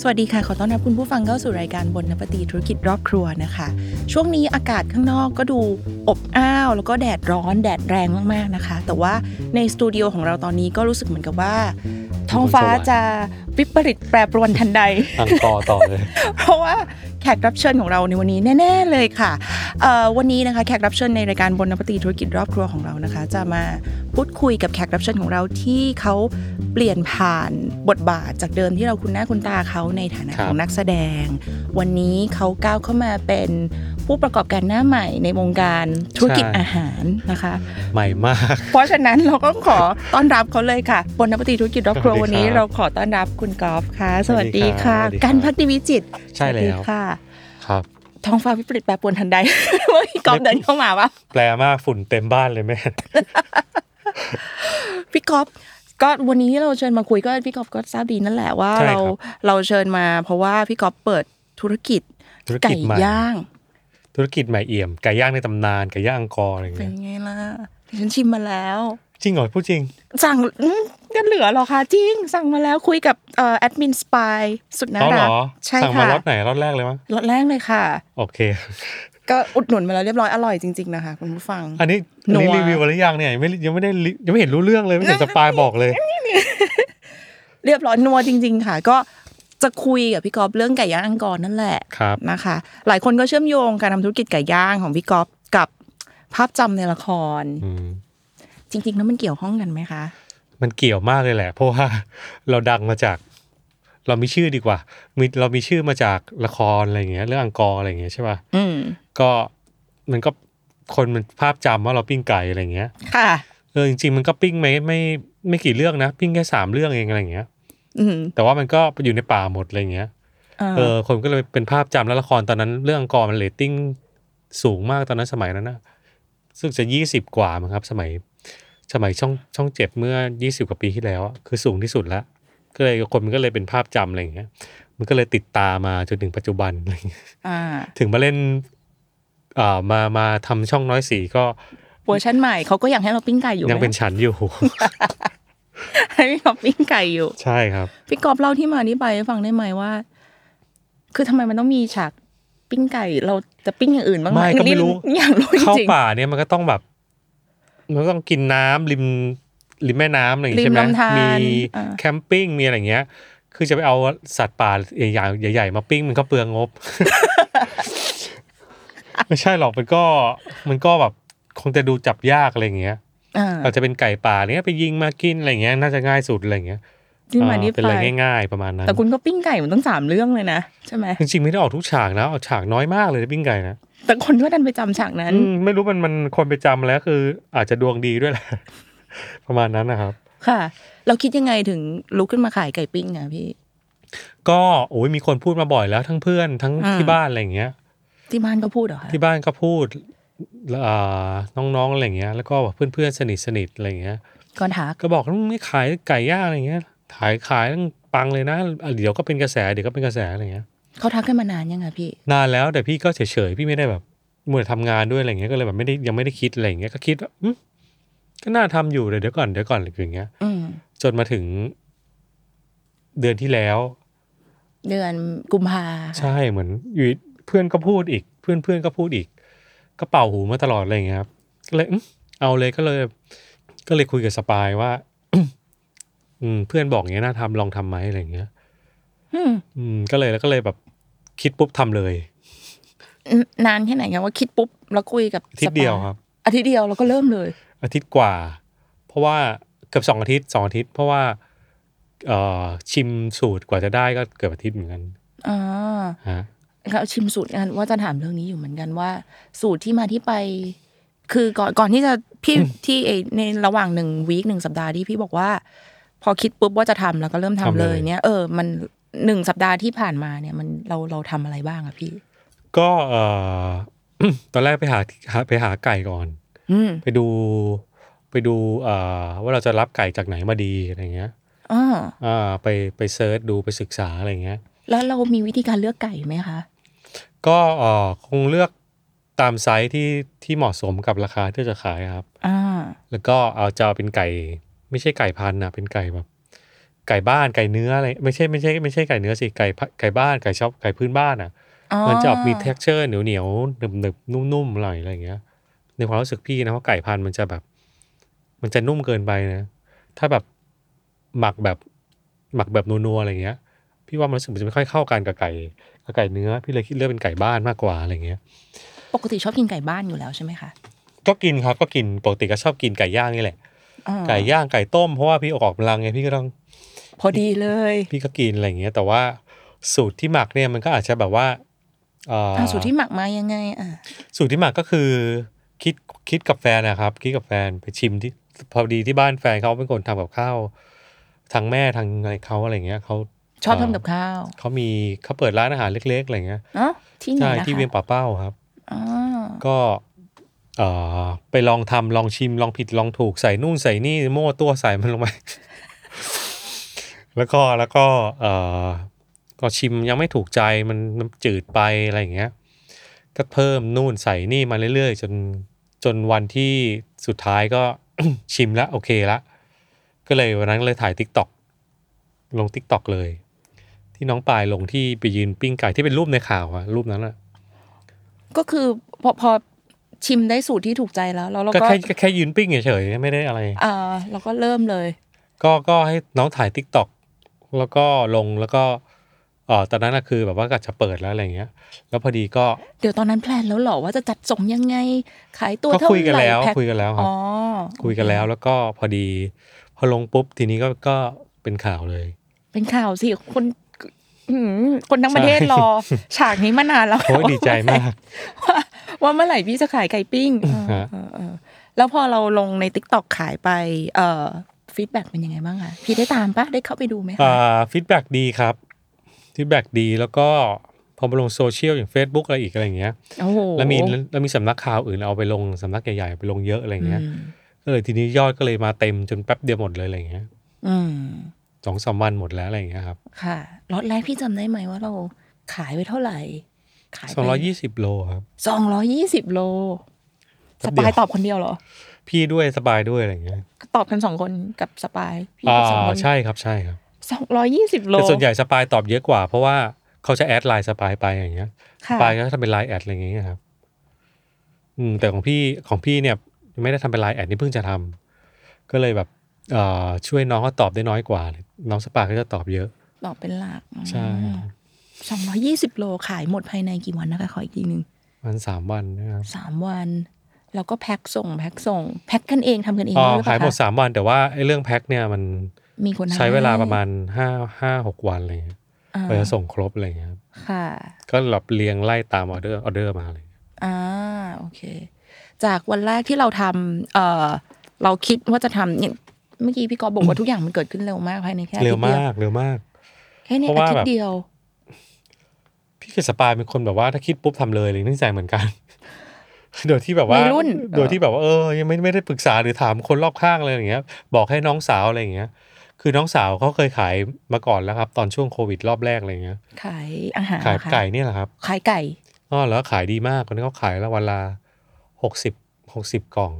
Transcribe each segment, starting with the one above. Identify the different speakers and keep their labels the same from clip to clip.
Speaker 1: สวัสดีค่ะ ขอต้อนรับคุณผู้ฟังเข้าสู่รายการบนนปตีธุรกิจรอบครัวนะคะ ช่วงนี้อากาศข้างนอกก็ดูอบอ้าว แล้วก็แดดร้อนแดดแรงมากๆนะคะ แต่ว่าในสตูดิโอของเราตอนนี้ก็รู้สึกเหมือนกับว่า ท้องฟ้าจะวิปริตแปรปรวนทันใด
Speaker 2: อังกอร์ต่อเลย
Speaker 1: เพราะว่าแขกรับเชิญของเราในวันนี้แน่ๆเลยค่ะเอ่อวันนี้นะคะแขกรับเชิญในรายการบนนปตีธุรกิจรอบครัวของเรานะคะ จะมาพูดคุยกับแขกรับเชิญของเราที่เขาเปลี่ยนผ่านบทบาทจากเดิมที่เราคุ้นหน้าคุ้นตาเขาในฐานะ
Speaker 2: ครั
Speaker 1: ข
Speaker 2: บ
Speaker 1: องนักแสดง วันนี้เขาก้าวเข้ามาเป็นผู้ประกอบการหน้าใหม่ในวงการธุรกิจอาหารนะคะ
Speaker 2: ใหม่มาก
Speaker 1: เพราะฉะนั้นเราก็ขอต้อนรับเขาเลยค่ะ บนนปฏิธุรกิจรอบครัว
Speaker 2: สวัสดีครับ
Speaker 1: วันนี้เราขอต้อนรับคุณกอล์ฟค่ะ ส
Speaker 2: สวั
Speaker 1: วัส
Speaker 2: สดี
Speaker 1: ดี
Speaker 2: ค
Speaker 1: ค่ะ
Speaker 2: รับสวัสดีครับ
Speaker 1: กันพักดีวิจิตร
Speaker 2: ใช่
Speaker 1: สวัส
Speaker 2: แล้
Speaker 1: ดี
Speaker 2: ว
Speaker 1: ค่ะ
Speaker 2: ครับ
Speaker 1: ท้องฟ้าวิปริตแปรปรวนทันใด เมื่อพี่กอล์ฟเดินเข้ามาว่า
Speaker 2: แปลมากฝุ่นเต็มบ้านเลยแม่
Speaker 1: พี่กอล์ฟก็วันนี้ที่เราเชิญมาคุยก็พี่กอล์ฟก็ทราบดีนั่นแหละว่า
Speaker 2: ใช่ครับ
Speaker 1: เราเราเชิญมา เพราะว่าพี่กอล์ฟเปิดธุรกิจ
Speaker 2: ธุร
Speaker 1: ไก่
Speaker 2: กิจใหม่
Speaker 1: ย่าง
Speaker 2: ธุรกิจใหม่เอี่ยมไก่ย่างในตำนานไก่ย่างอังกอร์อะไรอย่าง
Speaker 1: เป็น
Speaker 2: เงี้ย
Speaker 1: ไงล่ะดิฉันชิมมาแล้ว
Speaker 2: จริงเหรอพูดจริง
Speaker 1: สั่งอืมกันเหลือเหรอคะจริง สั่งมาแล้วคุยกับเอ่อแอดมินสปายสุดน่า
Speaker 2: อ๋อเหร
Speaker 1: รัก
Speaker 2: อ
Speaker 1: ใช่
Speaker 2: สั่งมา
Speaker 1: ค่ะ
Speaker 2: ล็อตไหนล็อตแรกเลยมั้ง
Speaker 1: รถแรกเลยค่ะ
Speaker 2: โอเค
Speaker 1: ก็อุดหนุนมาแล้วเรียบร้อยอร่อยจริงๆนะคะคุณผู้ฟัง
Speaker 2: อันนี้
Speaker 1: นั
Speaker 2: อั
Speaker 1: ว
Speaker 2: นนี้รีวิวมาหรือยังเนี่ยยังไม่ยังไม่ได้รียังไม่เห็นรู้เรื่องเลยไม่เห็นสปายบอกเลย
Speaker 1: เรียบร้อยนัวจริง ๆ ค่ะ ก็จะคุยกับพี่กอฟเรื่องไก่ย่างอังกอร์นั่นแหละ
Speaker 2: ครับ
Speaker 1: นะคะ หลายคนก็เชื่อมโยงการทำธุรกิจไก่ย่างของพี่กอฟกับภาพจำในละคร
Speaker 2: อืม
Speaker 1: จริงๆแล้วมันเกี่ยวข้องกันไหมคะ
Speaker 2: มันเกี่ยวมากเลยแหละ เพราะว่า เราดังมาจาก เรามีชื่อดีกว่ามีเรามีชื่อมาจากละครอะไรอย่างเงี้ยเรื่องอังกอร์อะไรอย่างเงี้ยใช่ป่ะ
Speaker 1: อืม
Speaker 2: ก็มันก็คนมันภาพจำว่าเราปิ้งไก่อะไรอย่างเงี้ย
Speaker 1: ค่ะ
Speaker 2: เออจริงๆมันก็ปิ้งไม่ไม่ไม่กี่เรื่องนะ ปิ้งแค่สามเรื่องเองอะไรอย่างเงี้ย
Speaker 1: อืม
Speaker 2: แต่ว่ามันก็อยู่ในป่าหมดอะไรอย่างเงี้ย
Speaker 1: า
Speaker 2: เออคนก็เลยเป็นภาพจำแล้วละครตอนนั้นเรื่องกอมันเรตติ้งสูงมากตอนนั้นสมัยนั้นนะซึ่งจะยี่สิบกว่ามั้งครับ สมัย สมัยช่องช่องเจ็ดเมื่อยี่สิบกว่าปีที่แล้วอะคือสูงที่สุดละก็เลยคนมันก็เลยเป็นภาพจำอะไรอย่างเงี้ย มันก็เลยติดตามาจนถึงปัจจุบันอะไรอย่างเงี้ย
Speaker 1: อ่า
Speaker 2: ถึงมาเล่นอ่ามามาทำช่องน้อยสีก็
Speaker 1: เวอร์ชันใหม่เขาก็อยากให้เราปิ้งไก่อยู่
Speaker 2: ยังเป็น
Speaker 1: ไหม
Speaker 2: ฉันอยู่
Speaker 1: ให้พี่ก อฟปิ้งไก่อยู่
Speaker 2: ใช่ครับ
Speaker 1: พี่กอฟเล่าที่มาที่ไปให้ฟังได้ไหมว่า คือทำไมมันต้องมีฉากปิ้งไก่ เราจะปิ้งอย่างอื่นบ้าง
Speaker 2: ไม่ก็ไม่รู้
Speaker 1: นี่อยากรู้จ
Speaker 2: เข้า
Speaker 1: ริง
Speaker 2: ป่าเนี่ยมันก็ต้องแบบ มันก็ต้องกินน้ำริมริมแม่น้ำอะไรอย่าง
Speaker 1: ริ
Speaker 2: งี้
Speaker 1: ม
Speaker 2: ใช่ไหม
Speaker 1: ลำธา
Speaker 2: มี
Speaker 1: รอ่า
Speaker 2: แคมปิ้งมีอะไรอย่างเงี้ย คือจะไปเอาสัตว์ป่าใหญ่ๆใหญ่ ๆ มาปิ้งมันก็เปลืองงบ ไม่ใช่หรอกมันก็มันก็แบบคงจะดูจับยากอะไรอย่างเงี้ย
Speaker 1: อ่า
Speaker 2: อาจจะเป็นไก่ป่าเนี้ยไปยิงมากินอะไรอย่างเงี้ยน่าจะง่ายสุดอะไรอย่างเงี้ย
Speaker 1: ที่มา
Speaker 2: เออ
Speaker 1: ที่
Speaker 2: เป็น
Speaker 1: ไป
Speaker 2: อะไรง่ายๆประมาณนั้น
Speaker 1: แต่คุณก็ปิ้งไก่มันต้องสามเรื่องเลยนะใช่ไหม
Speaker 2: จริงๆไม่ได้ออกทุกฉากนะออกฉากน้อยมากเลยนะปิ้งไก่นะ
Speaker 1: แต่คนก็ดันไปจำฉากนั้น
Speaker 2: อืมไม่รู้มันมันคนไปจำแล้วคือ อาจจะดวงดีด้วยแหละ ประมาณนั้นนะครับ
Speaker 1: ค่ะ เราคิดยังไงถึงลุกขึ้นมาขายไก่ปิ้งอ่ะพี่
Speaker 2: ก็โอ้ยมีคนพูดมาบ่อยแล้วทั้งเพื่อนทั้ง
Speaker 1: อืม
Speaker 2: ที่บ้านอะไรอย่างเงี้ย
Speaker 1: ที่บ้านก็พูดเหรอคะ
Speaker 2: ที่บ้านก็พูดอ่าน้องๆอะไรอย่างเงี้ย แล้วก็แบบเพื่อนๆสนิทสนิทๆอะไรอย่างเงี้ย
Speaker 1: ก่อนทัก
Speaker 2: ก็บอกอืมไม่ขายไก่ย่างอะไรอย่างเงี้ยขายขายปังเลยนะอ่ะเดี๋ยวก็เป็นกระแสเดี๋ยวก็เป็นกระแสอะไรอย่างเงี้ย
Speaker 1: เขาทักกันมานานยังอ่ะพี่
Speaker 2: นานแล้วแต่พี่ก็เฉยๆพี่ไม่ได้แบบเมื่อทำงานด้วยอะไรอย่างเงี้ยก็เลยแบบไม่ได้ยังไม่ได้คิดอะไรอย่างเงี้ยก็คิดว่าอืมก็น่าทำอยู่เลยเดี๋ยวก่อนเดี๋ยวก่อนอะไรอย่างเงี้ย
Speaker 1: อืม
Speaker 2: จนมาถึงเดือนที่แล้ว
Speaker 1: เดือนกุมภา
Speaker 2: ใช่เหมือนอยู่ดีเพื่อนก็พูดอีก เพื่อนเพื่อนก็พูดอีก ก็เป่าหูมาตลอดอะไรอย่างเงี้ยครับก็เลยอื้อเอาเลยก็เลย ก็เลยคุยกับสปายว่า อืมเพื่อนบอกอย่างเงี้ยน่าทำลองทำไหมอะไรอย่างเงี้ย
Speaker 1: อืม
Speaker 2: อืมก็เลยแล้วก็เลยแบบคิดปุ๊บทำเลย
Speaker 1: นานแค่ไหนครับว่าคิดปุ๊บแล้วคุยกับ
Speaker 2: อาทิตย์เดียวครับ
Speaker 1: อาทิตย์เดียวแล้วก็เริ่มเลย
Speaker 2: อาทิตย์กว่า เพราะว่าเกือบสองอาทิตย์สองอาทิตย์ เพราะว่า เอ่อชิมสูตรกว่าจะได้ก็เกือบอาทิตย์เหมือนกัน
Speaker 1: อ่า
Speaker 2: ฮะ
Speaker 1: เราชิมสูตรกันว่าจะถามเรื่องนี้อยู่เหมือนกันว่า สูตรที่มาที่ไป คือก่อนก่อนที่จะพี่ที่ไอในระหว่างหนึ่งวีคหนึ่งสัปดาห์ที่พี่บอกว่า พอคิดปุ๊บว่าจะทำแล้วก็เริ่มทำ
Speaker 2: ทำ
Speaker 1: เล
Speaker 2: เลย ย
Speaker 1: เนี่ยเออมันหนึ่งสัปดาห์ที่ผ่านมาเนี่ยมันเราเราทำอะไรบ้างอะพี่
Speaker 2: ก็เอ่อ ตอนแรกไปหาหาไปหาไก่ก่อน
Speaker 1: อืม
Speaker 2: ไปดู ไปดูเอ่อว่าเราจะรับไก่จากไหนมาดีอะไรเงี้ย
Speaker 1: อ๋อ
Speaker 2: อ่าไปไปเซิร์ชดูไปศึกษาอะไรเงี้ย
Speaker 1: แล้วเรามีวิธีการเลือกไก่ไหมคะ
Speaker 2: ก็เอ่อคงเลือกตามไซส์ที่ที่เหมาะสมกับราคาที่จะขายครับ
Speaker 1: อ่า
Speaker 2: แล้วก็เอาจะเอาเป็นไก่ ไม่ใช่ไก่พันธุ์นะเป็นไก่แบบ ไก่บ้านไก่เนื้ออะไรไม่ใช่ไม่ใช่ไม่ใช่ไก่เนื้อสิไก่พะไก่บ้านไก่ชอบไก่พื้นบ้านอ่ะ มันจะออกมี t e x t อร์เหนียวเหนียวหนึบหนึบๆนุ่มๆหน่อยอะไรอย่างเงี้ย ในความรู้สึกพี่นะว่าไก่พันธุ์มันจะแบบ มันจะนุ่มเกินไปนะ ถ้าแบบหมักแบบหมักแบบนัวๆอะไรอย่างเงี้ย พี่ว่ามันรู้สึกมันจะไม่ค่อยเข้ากันกับไก่กับไก่เนื้อ พี่เลยคิดเลือกเป็นไก่บ้านมากกว่าอะไรอย่างเงี้ย
Speaker 1: ปกติชอบกินไก่บ้านอยู่แล้วใช่ไหมคะ
Speaker 2: ก็กินครับก็กินปกติก็ชอบกินไก่ย่างนี่แหละ
Speaker 1: อ่า
Speaker 2: ไก่ย่างไก่ต้มเพราะว่าพี่ออกกำลังไงพี่ก็ต้อง
Speaker 1: พอดีเลย
Speaker 2: พี่ก็กินอะไรอย่างเงี้ย แต่ว่าสูตรที่หมักเนี่ยมันก็อาจจะแบบว่าเอ่ออ
Speaker 1: อ่าสูตรที่หมักมายังไงอ่ะ
Speaker 2: สูตรที่หมักก็คือคิดคิดกับแฟนนะครับ คิดกับแฟนไปชิมที่พอดีที่บ้านแฟนเขาเป็นคนทำกับข้าวทางแม่ทางอะไรเขาอะไรเงี้ยเขา
Speaker 1: ชอบ
Speaker 2: เ
Speaker 1: ทำกับข้าว
Speaker 2: เขามีเขาเปิดร้านอาหารเล็ก ๆอะไรเงี้ย
Speaker 1: เนาะที่ไหน
Speaker 2: ใช่
Speaker 1: นะคะ
Speaker 2: ที่เวียงป่าเป้าครับ
Speaker 1: อ๋อ
Speaker 2: ก็เอ่อไปลองทำลองชิมลองผิดลองถูกใส่นู่นใส่นี่โม่วตัวใส่มันลงไป แล้วก็แล้วก็เอ่อก็ชิมยังไม่ถูกใจมันมันจืดไปอะไรอย่างเงี้ย ก็เพิ่มนู่นใส่นี่มาเรื่อยๆ จนจนวันที่สุดท้ายก็ ชิมแล้วโอเคละก็เลยวันนั้นเลยถ่ายทิกตอกลงทิกตอกเลย ที่น้องปายลงที่ไปยืนปิ้งไก่ที่เป็นรูปในข่าวอะรูปนั้นอะ
Speaker 1: ก็คือพอพอชิมได้สูตรที่ถูกใจแล้วแล้วเรา
Speaker 2: ก็
Speaker 1: ก็
Speaker 2: แค่ก็แค่ยืนปิ้งเฉยๆไม่ได้อะไร
Speaker 1: อ่าเราก็เริ่มเลย
Speaker 2: ก็ก็ให้น้องถ่ายทิกตอกแล้วก็ลงแล้วก็เออตอนนั้นอะคือแบบว่าก็จะเปิดแล้วอะไรเงี้ย แล้วพอดีก็
Speaker 1: เดี๋ยวตอนนั้นแพลนแล้วเหรอว่าจะจัดส่งยังไง ขายตัว
Speaker 2: ก็
Speaker 1: เท่า
Speaker 2: คุยกัน
Speaker 1: ไหร่
Speaker 2: แล้ว
Speaker 1: แพ็ค
Speaker 2: คุยกันแล้วครับ
Speaker 1: อ๋อ
Speaker 2: คุยกันแล้วแล้วก็พอดี พอลงปุ๊บทีนี้ก็ก็เป็นข่าวเลย
Speaker 1: เป็นข่าวสิคนอืมคนทั้งประเทศรอ ฉากนี้มานานแล้ว
Speaker 2: โอ้ย ดีใจมาก
Speaker 1: ว่าว่าเมื่อไหร่พี่จะขายไก่ปิ้งเออ
Speaker 2: ฮะ
Speaker 1: เออเออแล้วพอเราลงใน t ิ k t o k ขายไปเอ่อฟีดแบ็เป็นยังไงบ้างคะพี่ได้ตามปะได้เข้าไปดูไหมคะ
Speaker 2: อ่าฟีดแบ็ดีครับฟีดแบ็ดีแล้วก็พอมาลงโซเชียลอย่าง Facebook อะไรอีกอะไรเงี้ย
Speaker 1: โอ้โห
Speaker 2: แล้วมีแล้วมีสำนักข่าวอื่นเอาไปลงสำนักใหญ่ๆไปลงเยอะอะไรเงี้ย
Speaker 1: อืม
Speaker 2: ก็เลยทีนี้ยอดก็เลยมาเต็มจนแป๊บเดียวหมดเลยอะไรเงี้ย
Speaker 1: อืม
Speaker 2: สองสามวันหมดแล้วอะไรอย่างเงี้ยครับ
Speaker 1: ค่ะล็อตแรกพี่จำได้ไหมว่าเราขายไปเท่าไหร่ ขาย
Speaker 2: สองร้อยี่สิบโลครับ
Speaker 1: สองร้อยยี่สิบโล
Speaker 2: แป๊
Speaker 1: ส
Speaker 2: บเดียว
Speaker 1: ปายตอบคนเดียวเหรอ
Speaker 2: พี่ด้วยสบายด้วยอะไรอย่างเงี้ย
Speaker 1: ตอบกันสองคนกับสปายพี่
Speaker 2: อ่า
Speaker 1: กับสองคน
Speaker 2: ใช่ครับใช่ครับ
Speaker 1: สองร้อยยี่สิบโล
Speaker 2: แต่ส่วนใหญ่สปายตอบเยอะกว่า เพราะว่าเขาจะแอดไลน์สปายไปอย่างเงี้ยส
Speaker 1: ค่ะ
Speaker 2: ปายก็ทำเป็นไลน์แอดอะไรอย่างเงี้ยครับอืมแต่ของพี่ของพี่เนี่ยไม่ได้ทำเป็นไลน์แอดนี่เพิ่งจะทำก็เลยแบบเอ่อช่วยน้องเขาตอบได้น้อยกว่า น้องสปายก็จะตอบเยอะ
Speaker 1: ตอบเป็นหลัก
Speaker 2: ใช่
Speaker 1: สองร้อยยี่สิบโลขายหมดภายในกี่วันนะคะขออีกทีหนึ่ง
Speaker 2: วันสามวันนะครับ
Speaker 1: สามวัน แล้วก็แพ็คส่ง แพ็คส่ง แพ็คกันเองทำกันเอง
Speaker 2: อ๋อ
Speaker 1: ด้วยหรือเป
Speaker 2: ขาย
Speaker 1: ล่า
Speaker 2: หมด
Speaker 1: คะ
Speaker 2: สามวัน แต่ว่าไอ้เรื่องแพ็คเนี่ยมัน
Speaker 1: มีคนทำ
Speaker 2: ใช้เวลาประมา
Speaker 1: ให้
Speaker 2: ณห้าห้าหกวันอะไรอย่างเงี้ย
Speaker 1: อ่าก
Speaker 2: ว่าจะส่งครบอะไรอย่างเงี้ยครับ
Speaker 1: ค่ะ
Speaker 2: ก็หลับเรียงไล่ตามออเดอร์ออเดอร์มาเลย
Speaker 1: อ่าโอเค จากวันแรกที่เราทำเออเราคิดว่าจะทำเนี่ยเมื่อกี้พี่กอฟบอกว่าทุกอย่างมันเกิดขึ้นเร็วมากภายในแค่อา
Speaker 2: เร็
Speaker 1: ทิ
Speaker 2: ว
Speaker 1: ตย์เดีย
Speaker 2: มาว กเร็วมาก
Speaker 1: แค่ใน
Speaker 2: เพราะ
Speaker 1: อา
Speaker 2: ว่า
Speaker 1: ทิต
Speaker 2: แบบ
Speaker 1: ย์เดียว
Speaker 2: พี่กับสปายเป็นคนแบบว่าถ้าคิดปุ๊บทำเลยเลยเนื่องจากเหมือน กัน โดยที่แบบว่า
Speaker 1: วัยรุ่น
Speaker 2: โดยที่แบบว่าเออยังไม่ไม่ได้ปรึกษาหรือถามคนรอบข้างเลยอย่างเงี้ย บอกให้น้องสาวอะไรอย่างเงี้ย คือน้องสาวเขาเคยขายมาก่อนแล้วครับ ตอนช่วงโควิดรอบแรกอะไรอย่างเงี้ย
Speaker 1: ขายอาหาร
Speaker 2: ขาย
Speaker 1: เหรอคะ
Speaker 2: ไก่เนี่ยแหละครับ
Speaker 1: ขายไก่
Speaker 2: อ๋อแล้วขายดีมากคนนี้เขาขายละวันละหกสิบหกสิบกล่อง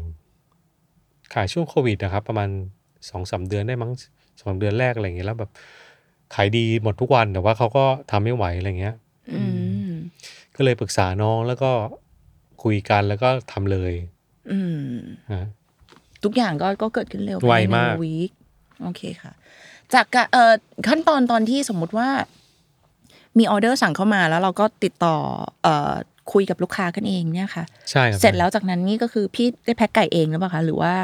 Speaker 2: ขายช่วงโควิดนะครับ ประมาณสองสามเดือนได้มั้งสองเดือนแรกอะไรอย่างเงี้ยแล้วแบบขายดีหมดทุกวันแต่ว่าเขาก็ทำไม่ไหวอะไรเงี้ย
Speaker 1: อืม
Speaker 2: ก็เลยปรึกษาน้องแล้วก็คุยกันแล้วก็ทำเลย
Speaker 1: อืม
Speaker 2: นะ
Speaker 1: ทุกอย่างก็ก็เกิดขึ้นเร็ว
Speaker 2: ไวมาก
Speaker 1: วีคโอเคค่ะ จากกะเอ่อขั้นตอนตอนที่สมมุติว่า มีออเดอร์สั่งเข้ามาแล้วเราก็ติดต่อเอ่อคุยกับลูกค้ากันเองเนี่ยค่ะ
Speaker 2: ใช่ครับ
Speaker 1: เสร็จแล้วจากนั้นนี่ก็คือพี่ได้แพ็คไก่เองหรือเปล่าคะหรือว่า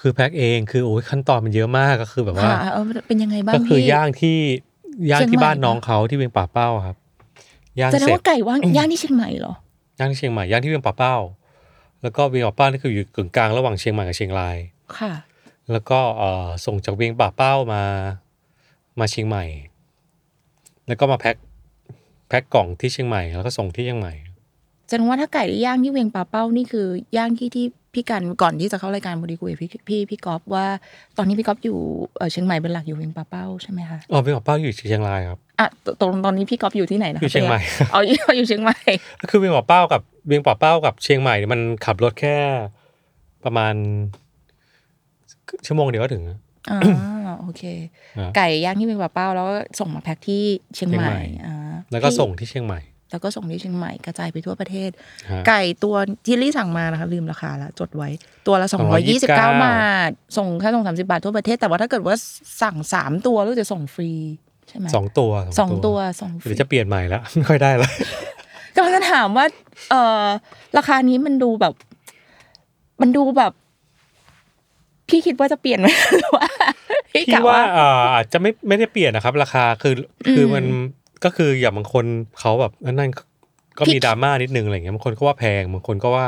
Speaker 2: คือแพ็คเองคือโอ้ยขั้นตอนมันเยอะมากก็คือแบบว่า
Speaker 1: ค่ะเออเป็นยังไงบ้าง
Speaker 2: ก็
Speaker 1: พี่
Speaker 2: คือย่างที่ย่าง
Speaker 1: เชียง
Speaker 2: ที่
Speaker 1: ใหม่
Speaker 2: บ้านน้องเขาที่เวียงป่าเป้าครับย่าง
Speaker 1: แสดง
Speaker 2: เสร็จ
Speaker 1: ว่าไก่ว่างย่างที่เชียงใหม่เหรอ
Speaker 2: ย่างที่เชียงใหม่ย่างที่เวียงป่าเป้า แล้วก็เวียงป่าเป้านี่คืออยู่กึ่งกลางระหว่างเชียงใหม่กับเชียงราย
Speaker 1: ค่ะ
Speaker 2: แล้วก็เอ่อส่งจากเวียงป่าเป้ามามาเชียงใหม่ แล้วก็มาแพ็คแพ็คกล่องที่เชียงใหม่ แล้วก็ส่งที่เชียงใหม่
Speaker 1: แสดงว่าถ้าไก่ได้ย่างที่เวียงป่าเป้านี่คือย่างที่ที่พี่กันก่อนที่จะเข้ารายการบดีคุยกับพี่พี่พี่ก๊อฟว่าตอนนี้พี่ก๊อฟอยู่เอ่อเชียงใหม่เป็นหลักอยู่เวียงป่าเป้าใช่ไหมคะ
Speaker 2: อ๋อพี่บอกเป้าอยู่เชียงรายครับ
Speaker 1: อ่ะตตรงตอนนี้พี่ก๊อฟอยู่ที่ไหนนะคะ
Speaker 2: อยู่เชียงใหม่
Speaker 1: เอาอยู่ อยู่เชียงใหม่
Speaker 2: คือเวียงป่าเป้ากับเวียงป่าเป้ากับเชียงใหม่เนี่ยมันขับรถแค่ประมาณ ชั่วโมงเดียวก็ถึงนะ
Speaker 1: อ๋อ โอเค
Speaker 2: อ่า
Speaker 1: ไก่ย่างที่เป็นปลาเป้าแล้วก็ส่งมาแพ็คที่เชียงใหม่
Speaker 2: เชียงใหม่
Speaker 1: อ่า
Speaker 2: แล้วก็
Speaker 1: ที่
Speaker 2: ส่งที่เชียงใหม่
Speaker 1: แล้วก็ส่งที่เชียงใหม่กระจายไปทั่วประเทศ
Speaker 2: ฮะ
Speaker 1: ไก่ตัวที่ลี่สั่งมานะคะลืมราคาละจดไว้ตัวละ229
Speaker 2: 229
Speaker 1: บาท ส่งค่าส่ง 30 บาททั่วประเทศ แต่ว่าถ้าเกิดว่าสั่ง 3 ตัวแล้วจะส่งฟรีใช่ไหม
Speaker 2: สองตัว
Speaker 1: สองตัวส่งฟ
Speaker 2: หรื
Speaker 1: รี
Speaker 2: อจะเปลี่ยนใหม่แล้ว ไม่ค่อยได้แล้ว
Speaker 1: กำลังจะถามว่าเออราคานี้มันดูแบบ มันดูแบบ พี่คิดว่าจะเปลี่ยนไหม หรือว่าพี่
Speaker 2: พี่
Speaker 1: กะ
Speaker 2: ว่า
Speaker 1: ว่า
Speaker 2: เอ่ออาจจะไม่ไม่ได้เปลี่ยนนะครับ ราคาคือคือมันก็คืออย่างบางคนเขาแบบนั่นก็
Speaker 1: พี่
Speaker 2: มีดราม่านิดนึงอะไรเงี้ยบางคนก็ว่าแพงบางคนก็ว่า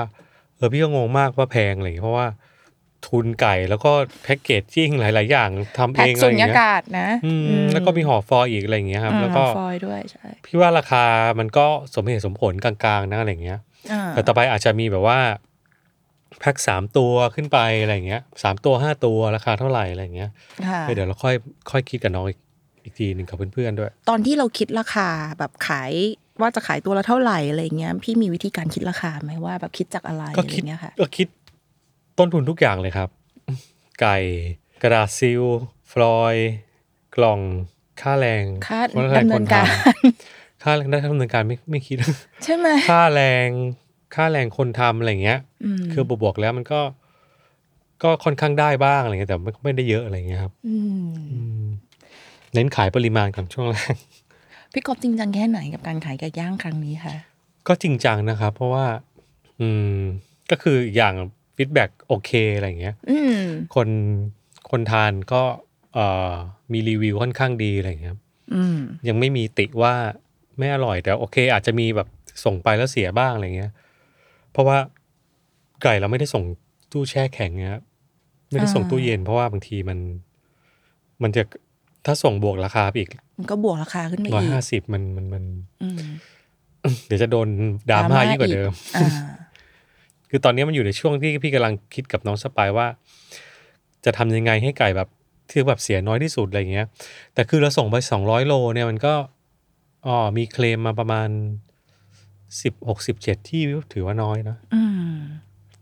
Speaker 2: เออพี่ก็งงมากว่าแพงอะไรเงี้ยเพราะว่าทุนไก่แล้วก็แพ็กเกจจิ้งหลาย ๆ อย่างทำ
Speaker 1: แพ็
Speaker 2: เอ
Speaker 1: ค
Speaker 2: งอะไร
Speaker 1: สุญ
Speaker 2: เงี้
Speaker 1: ญาย กาศนะ
Speaker 2: อืม
Speaker 1: อืม
Speaker 2: แล้วก็มีห่อฟอยล์อีกอะไรเงี้ยครับ แล้วก็
Speaker 1: อ่าฟอยล์ด้วยใช่
Speaker 2: พี่ว่าราคามันก็สมเหตุสมผลกลาง ๆ นะอะไรเงี้ย
Speaker 1: อ่า
Speaker 2: แต่ต่อไปอาจจะมีแบบว่าแพ็คสามตัวขึ้นไปอะไรเงี้ยสามตัวห้าตัวราคาเท่าไหร่อะไรเงี้ย
Speaker 1: ค่ะ
Speaker 2: เดี๋ยวเราค่อยค่อยคิดกับน้องอีกอีกทีหนึ่งกับเพื่อนๆด้วย
Speaker 1: ตอนที่เราคิดราคาแบบขายว่าจะขายตัวละเท่าไหร่อะไรเงี้ยพี่มีวิธีการคิดราคาไหมว่าแบบคิดจากอะไร
Speaker 2: ก็
Speaker 1: อะไร
Speaker 2: คิด
Speaker 1: เงี้ยค่ะ
Speaker 2: ก็คิดต้นทุนทุกอย่างเลยครับ ไก่กระดาษซิลฟลอยด์กล่องค่าแรง
Speaker 1: ค่า
Speaker 2: แรง
Speaker 1: ดำเนิ
Speaker 2: คน น
Speaker 1: การ
Speaker 2: ทำ ค่าแรงได้ดำเนินการไม่ไม่คิด
Speaker 1: ใช่ไหม
Speaker 2: ค่าแรงค่าแรงคนทำอะไรเงี้ย
Speaker 1: ม
Speaker 2: คือบวกๆแล้วมันก็ ก็ค่อนข้างได้บ้างอะไรเงี้ยแต่ไม่ไม่ได้เยอะอะไรเงี้ยครับ
Speaker 1: ม
Speaker 2: อืมเน้นขายปริมาณกันช่วงแรก
Speaker 1: พี่กอบจริงจังแค่ไหนกับการขายไก่ย่างครั้งนี้ค่ะ
Speaker 2: ก็จริงจังนะครับ เพราะว่า อืมก็คืออย่างฟีดแบ็กโอเคอะไรอย่างเงี้ย
Speaker 1: อืม
Speaker 2: คนคนทานก็เอ่อมีรีวิวค่อนข้างดีอะไรอย่างเงี้ยครับ
Speaker 1: อืม
Speaker 2: ยังไม่มีติว่าไม่อร่อยแต่โอเค อาจจะมีแบบส่งไปแล้วเสียบ้างอะไรเงี้ย เพราะว่าไก่เราไม่ได้ส่งตู้แช่แข็งนะครับไม่ได้ส่ง
Speaker 1: อ่า
Speaker 2: ตู้เย็น เพราะว่าบางทีมัน มันจะถ้าส่งบวกราคาไปอีก
Speaker 1: มันก็บวกราคาขึ้นไป
Speaker 2: ร้อย
Speaker 1: อีก
Speaker 2: ห้าสิบมันมันมัน
Speaker 1: อืม
Speaker 2: เดี๋ยวจะโดนดราม่ายิ่งกว่าเดิม
Speaker 1: อ่า
Speaker 2: คือตอนนี้มันอยู่ในช่วงที่พี่กำลังคิดกับน้องสปายว่า จะทำยังไงให้ไก่แบบคือแบบเสียน้อยที่สุดอะไรเงี้ย แต่คือเราส่งไปสองร้อยโลเนี่ยมันก็อ๋อมีเคลมมาประมาณสิบหกสิบเจ็ดที่ถือว่าน้อยนะ
Speaker 1: อืม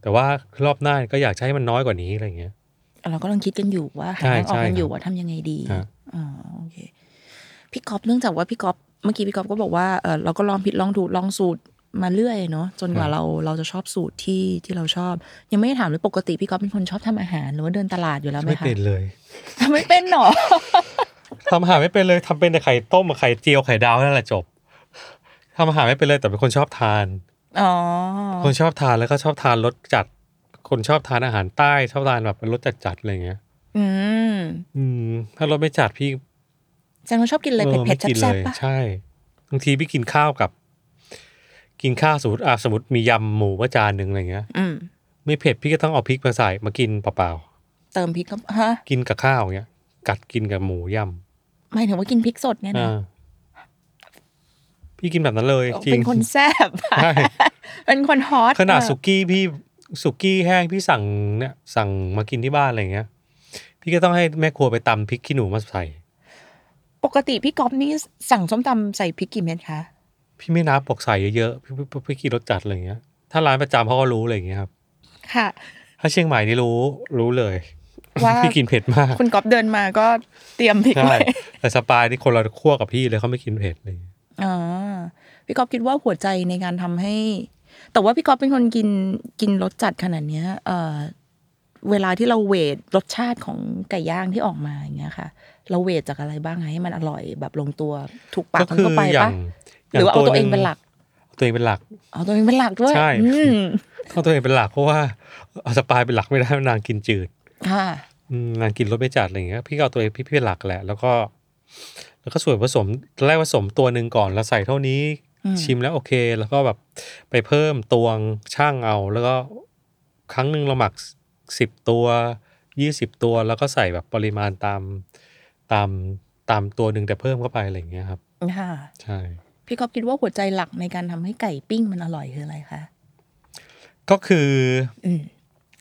Speaker 2: แต่ว่ารอบหน้าก็อยากจะให้มันน้อยกว่านี้อะไรเงี้ย
Speaker 1: เราก็ลังคิดกันอยู่ว่าหา
Speaker 2: ใช่
Speaker 1: ทางออกกัน
Speaker 2: ใช่
Speaker 1: อยู่
Speaker 2: ครับ
Speaker 1: ว่าทำยังไงดี
Speaker 2: ฮะ
Speaker 1: อ๋อโอเค พี่ก๊อฟเนื่องจากว่าพี่ก๊อฟเมื่อกี้พี่ก๊อฟก็บอกว่าเออเราก็ลองผิดลองถูกลองสูตรมาเรื่อยเนาะจนกว่าเราเราจะชอบสูตรที่ที่เราชอบ ยังไม่ได้ถามเลยปกติพี่ก๊อฟเป็นคนชอบทำอาหารหรือว่าเดินตลาดอยู่แล้วไหม
Speaker 2: ไม่
Speaker 1: คะ
Speaker 2: เป็นเลย
Speaker 1: ไม่เป็นหรอ
Speaker 2: ทำอาหารไม่เป็นเลยทำเป็นแต่ไข่ต้มกับไข่เจียวไข่ดาวนั่นแหละจบทำอาหารไม่เป็นเลยแต่เป็นคนชอบทาน
Speaker 1: อ๋อ
Speaker 2: คนชอบทานแล้วก็ชอบทานรสจัด คนชอบทานอาหารใต้ชอบทานแบบรสจัดจัดๆอะไรเงี้ย
Speaker 1: อืม
Speaker 2: อืมถ้ารสไม่จัดพี่
Speaker 1: แจงเราชอบกินอะไรเผ็ด
Speaker 2: ไม่กิน
Speaker 1: ๆแซ่บๆปะ
Speaker 2: ใช่บางทีพี่กินข้าวกับ กินข้าวสมมติอ่ะสมมติมียำหมูว่าจานหนึ่งอะไรเงี้ย
Speaker 1: อืม
Speaker 2: ไม่เผ็ดพี่ก็ต้องเอาพริกมาใส่มากินเปล่า
Speaker 1: เติมพริกก็ฮะ
Speaker 2: ๆกินกับข้าวเงี้ย กัดกินกับหมูย
Speaker 1: หมายถึงว่ากินพริกสดเนี่ย
Speaker 2: ำ
Speaker 1: นะ
Speaker 2: อ่าพี่กินแบบนั้นเลยจริง
Speaker 1: เป็นคนแซ่บ
Speaker 2: ใช่
Speaker 1: เป็นคนฮอต
Speaker 2: ขนาด
Speaker 1: อะ
Speaker 2: สุกี้พี่สุกี้แห้งพี่สั่งเนี่ย สั่งมากินที่บ้านอะไรเงี้ย พี่ก็ต้องให้แม่ครัวไปตำพริกขี้หนูมาใส่
Speaker 1: ปกติพี่ก๊อฟนี่สั่งส้มตำใส่พริกกี่เม็ดคะ
Speaker 2: พี่ไม่นับบอกใส่เยอะๆพี่พี่พี่พี่กินรสจัดอะไรเงี้ย ถ้าร้านประจำเขาก็รู้อะไรเงี้ยครับ
Speaker 1: ค่ะ
Speaker 2: ถ้าเชียงใหม่นี่รู้รู้เลย
Speaker 1: ว่า
Speaker 2: พี่ กินเผ็ดมาก
Speaker 1: คุณก๊อฟเดินมาก็เตรียมพริกไว้
Speaker 2: ใช่แต่สปายนี่คนเราขั้วกับพี่เลยเขาไม่กินเผ็ดเลย
Speaker 1: อ๋อพี่ก๊อฟคิดว่าหัวใจในการทำให้ แต่ว่าพี่ก๊อฟเป็นคนกินกินรสจัดขนาดเนี้ยเออเวลาที่เราเวทรสชาติของไก่ย่างที่ออกมาอย่างเงี้ยค่ะ เราเวทจากอะไรบ้างคะให้มันอร่อยแบบลงตัวถูกปาก
Speaker 2: ก็
Speaker 1: คน
Speaker 2: คือ
Speaker 1: ทั่วไป
Speaker 2: อย่าง
Speaker 1: ปะหรือว่าเอาตัวเอง
Speaker 2: ห
Speaker 1: เป็นหลัก
Speaker 2: เอาตัวเองเป็นหลัก
Speaker 1: เอาตัวเองเป็นหลักด้วย
Speaker 2: ใช่
Speaker 1: อืม
Speaker 2: เอาตัวเองเป็นหลักเพราะว่าเอาสปายเป็นหลักไม่ได้นางกินจืด
Speaker 1: ค่ะ
Speaker 2: อืมนางกินรสไม่จัดอะไรเงี้ย พี่ก็เอาตัวเองพี่พี่เป็นหลักแหละ แล้วก็ แล้วก็ส่วนผสมตอนแรกผสมตัวหนึ่งก่อนแล้วใส่เท่านี้
Speaker 1: อืม
Speaker 2: ชิมแล้วโอเค แล้วก็แบบไปเพิ่มตวงช่างเอา แล้วก็ครั้งหนึ่งเราหมักสิบตัวยี่สิบตัว แล้วก็ใส่แบบปริมาณตามตามตามตัวหนึ่งแต่เพิ่มเข้าไปอะไรอย่างเงี้ยครับ
Speaker 1: ค่ะ
Speaker 2: ใช่
Speaker 1: พี่กอบคิดว่าหัวใจหลักในการทำให้ไก่ปิ้งมันอร่อยคืออะไรคะ
Speaker 2: ก็คือ
Speaker 1: อืม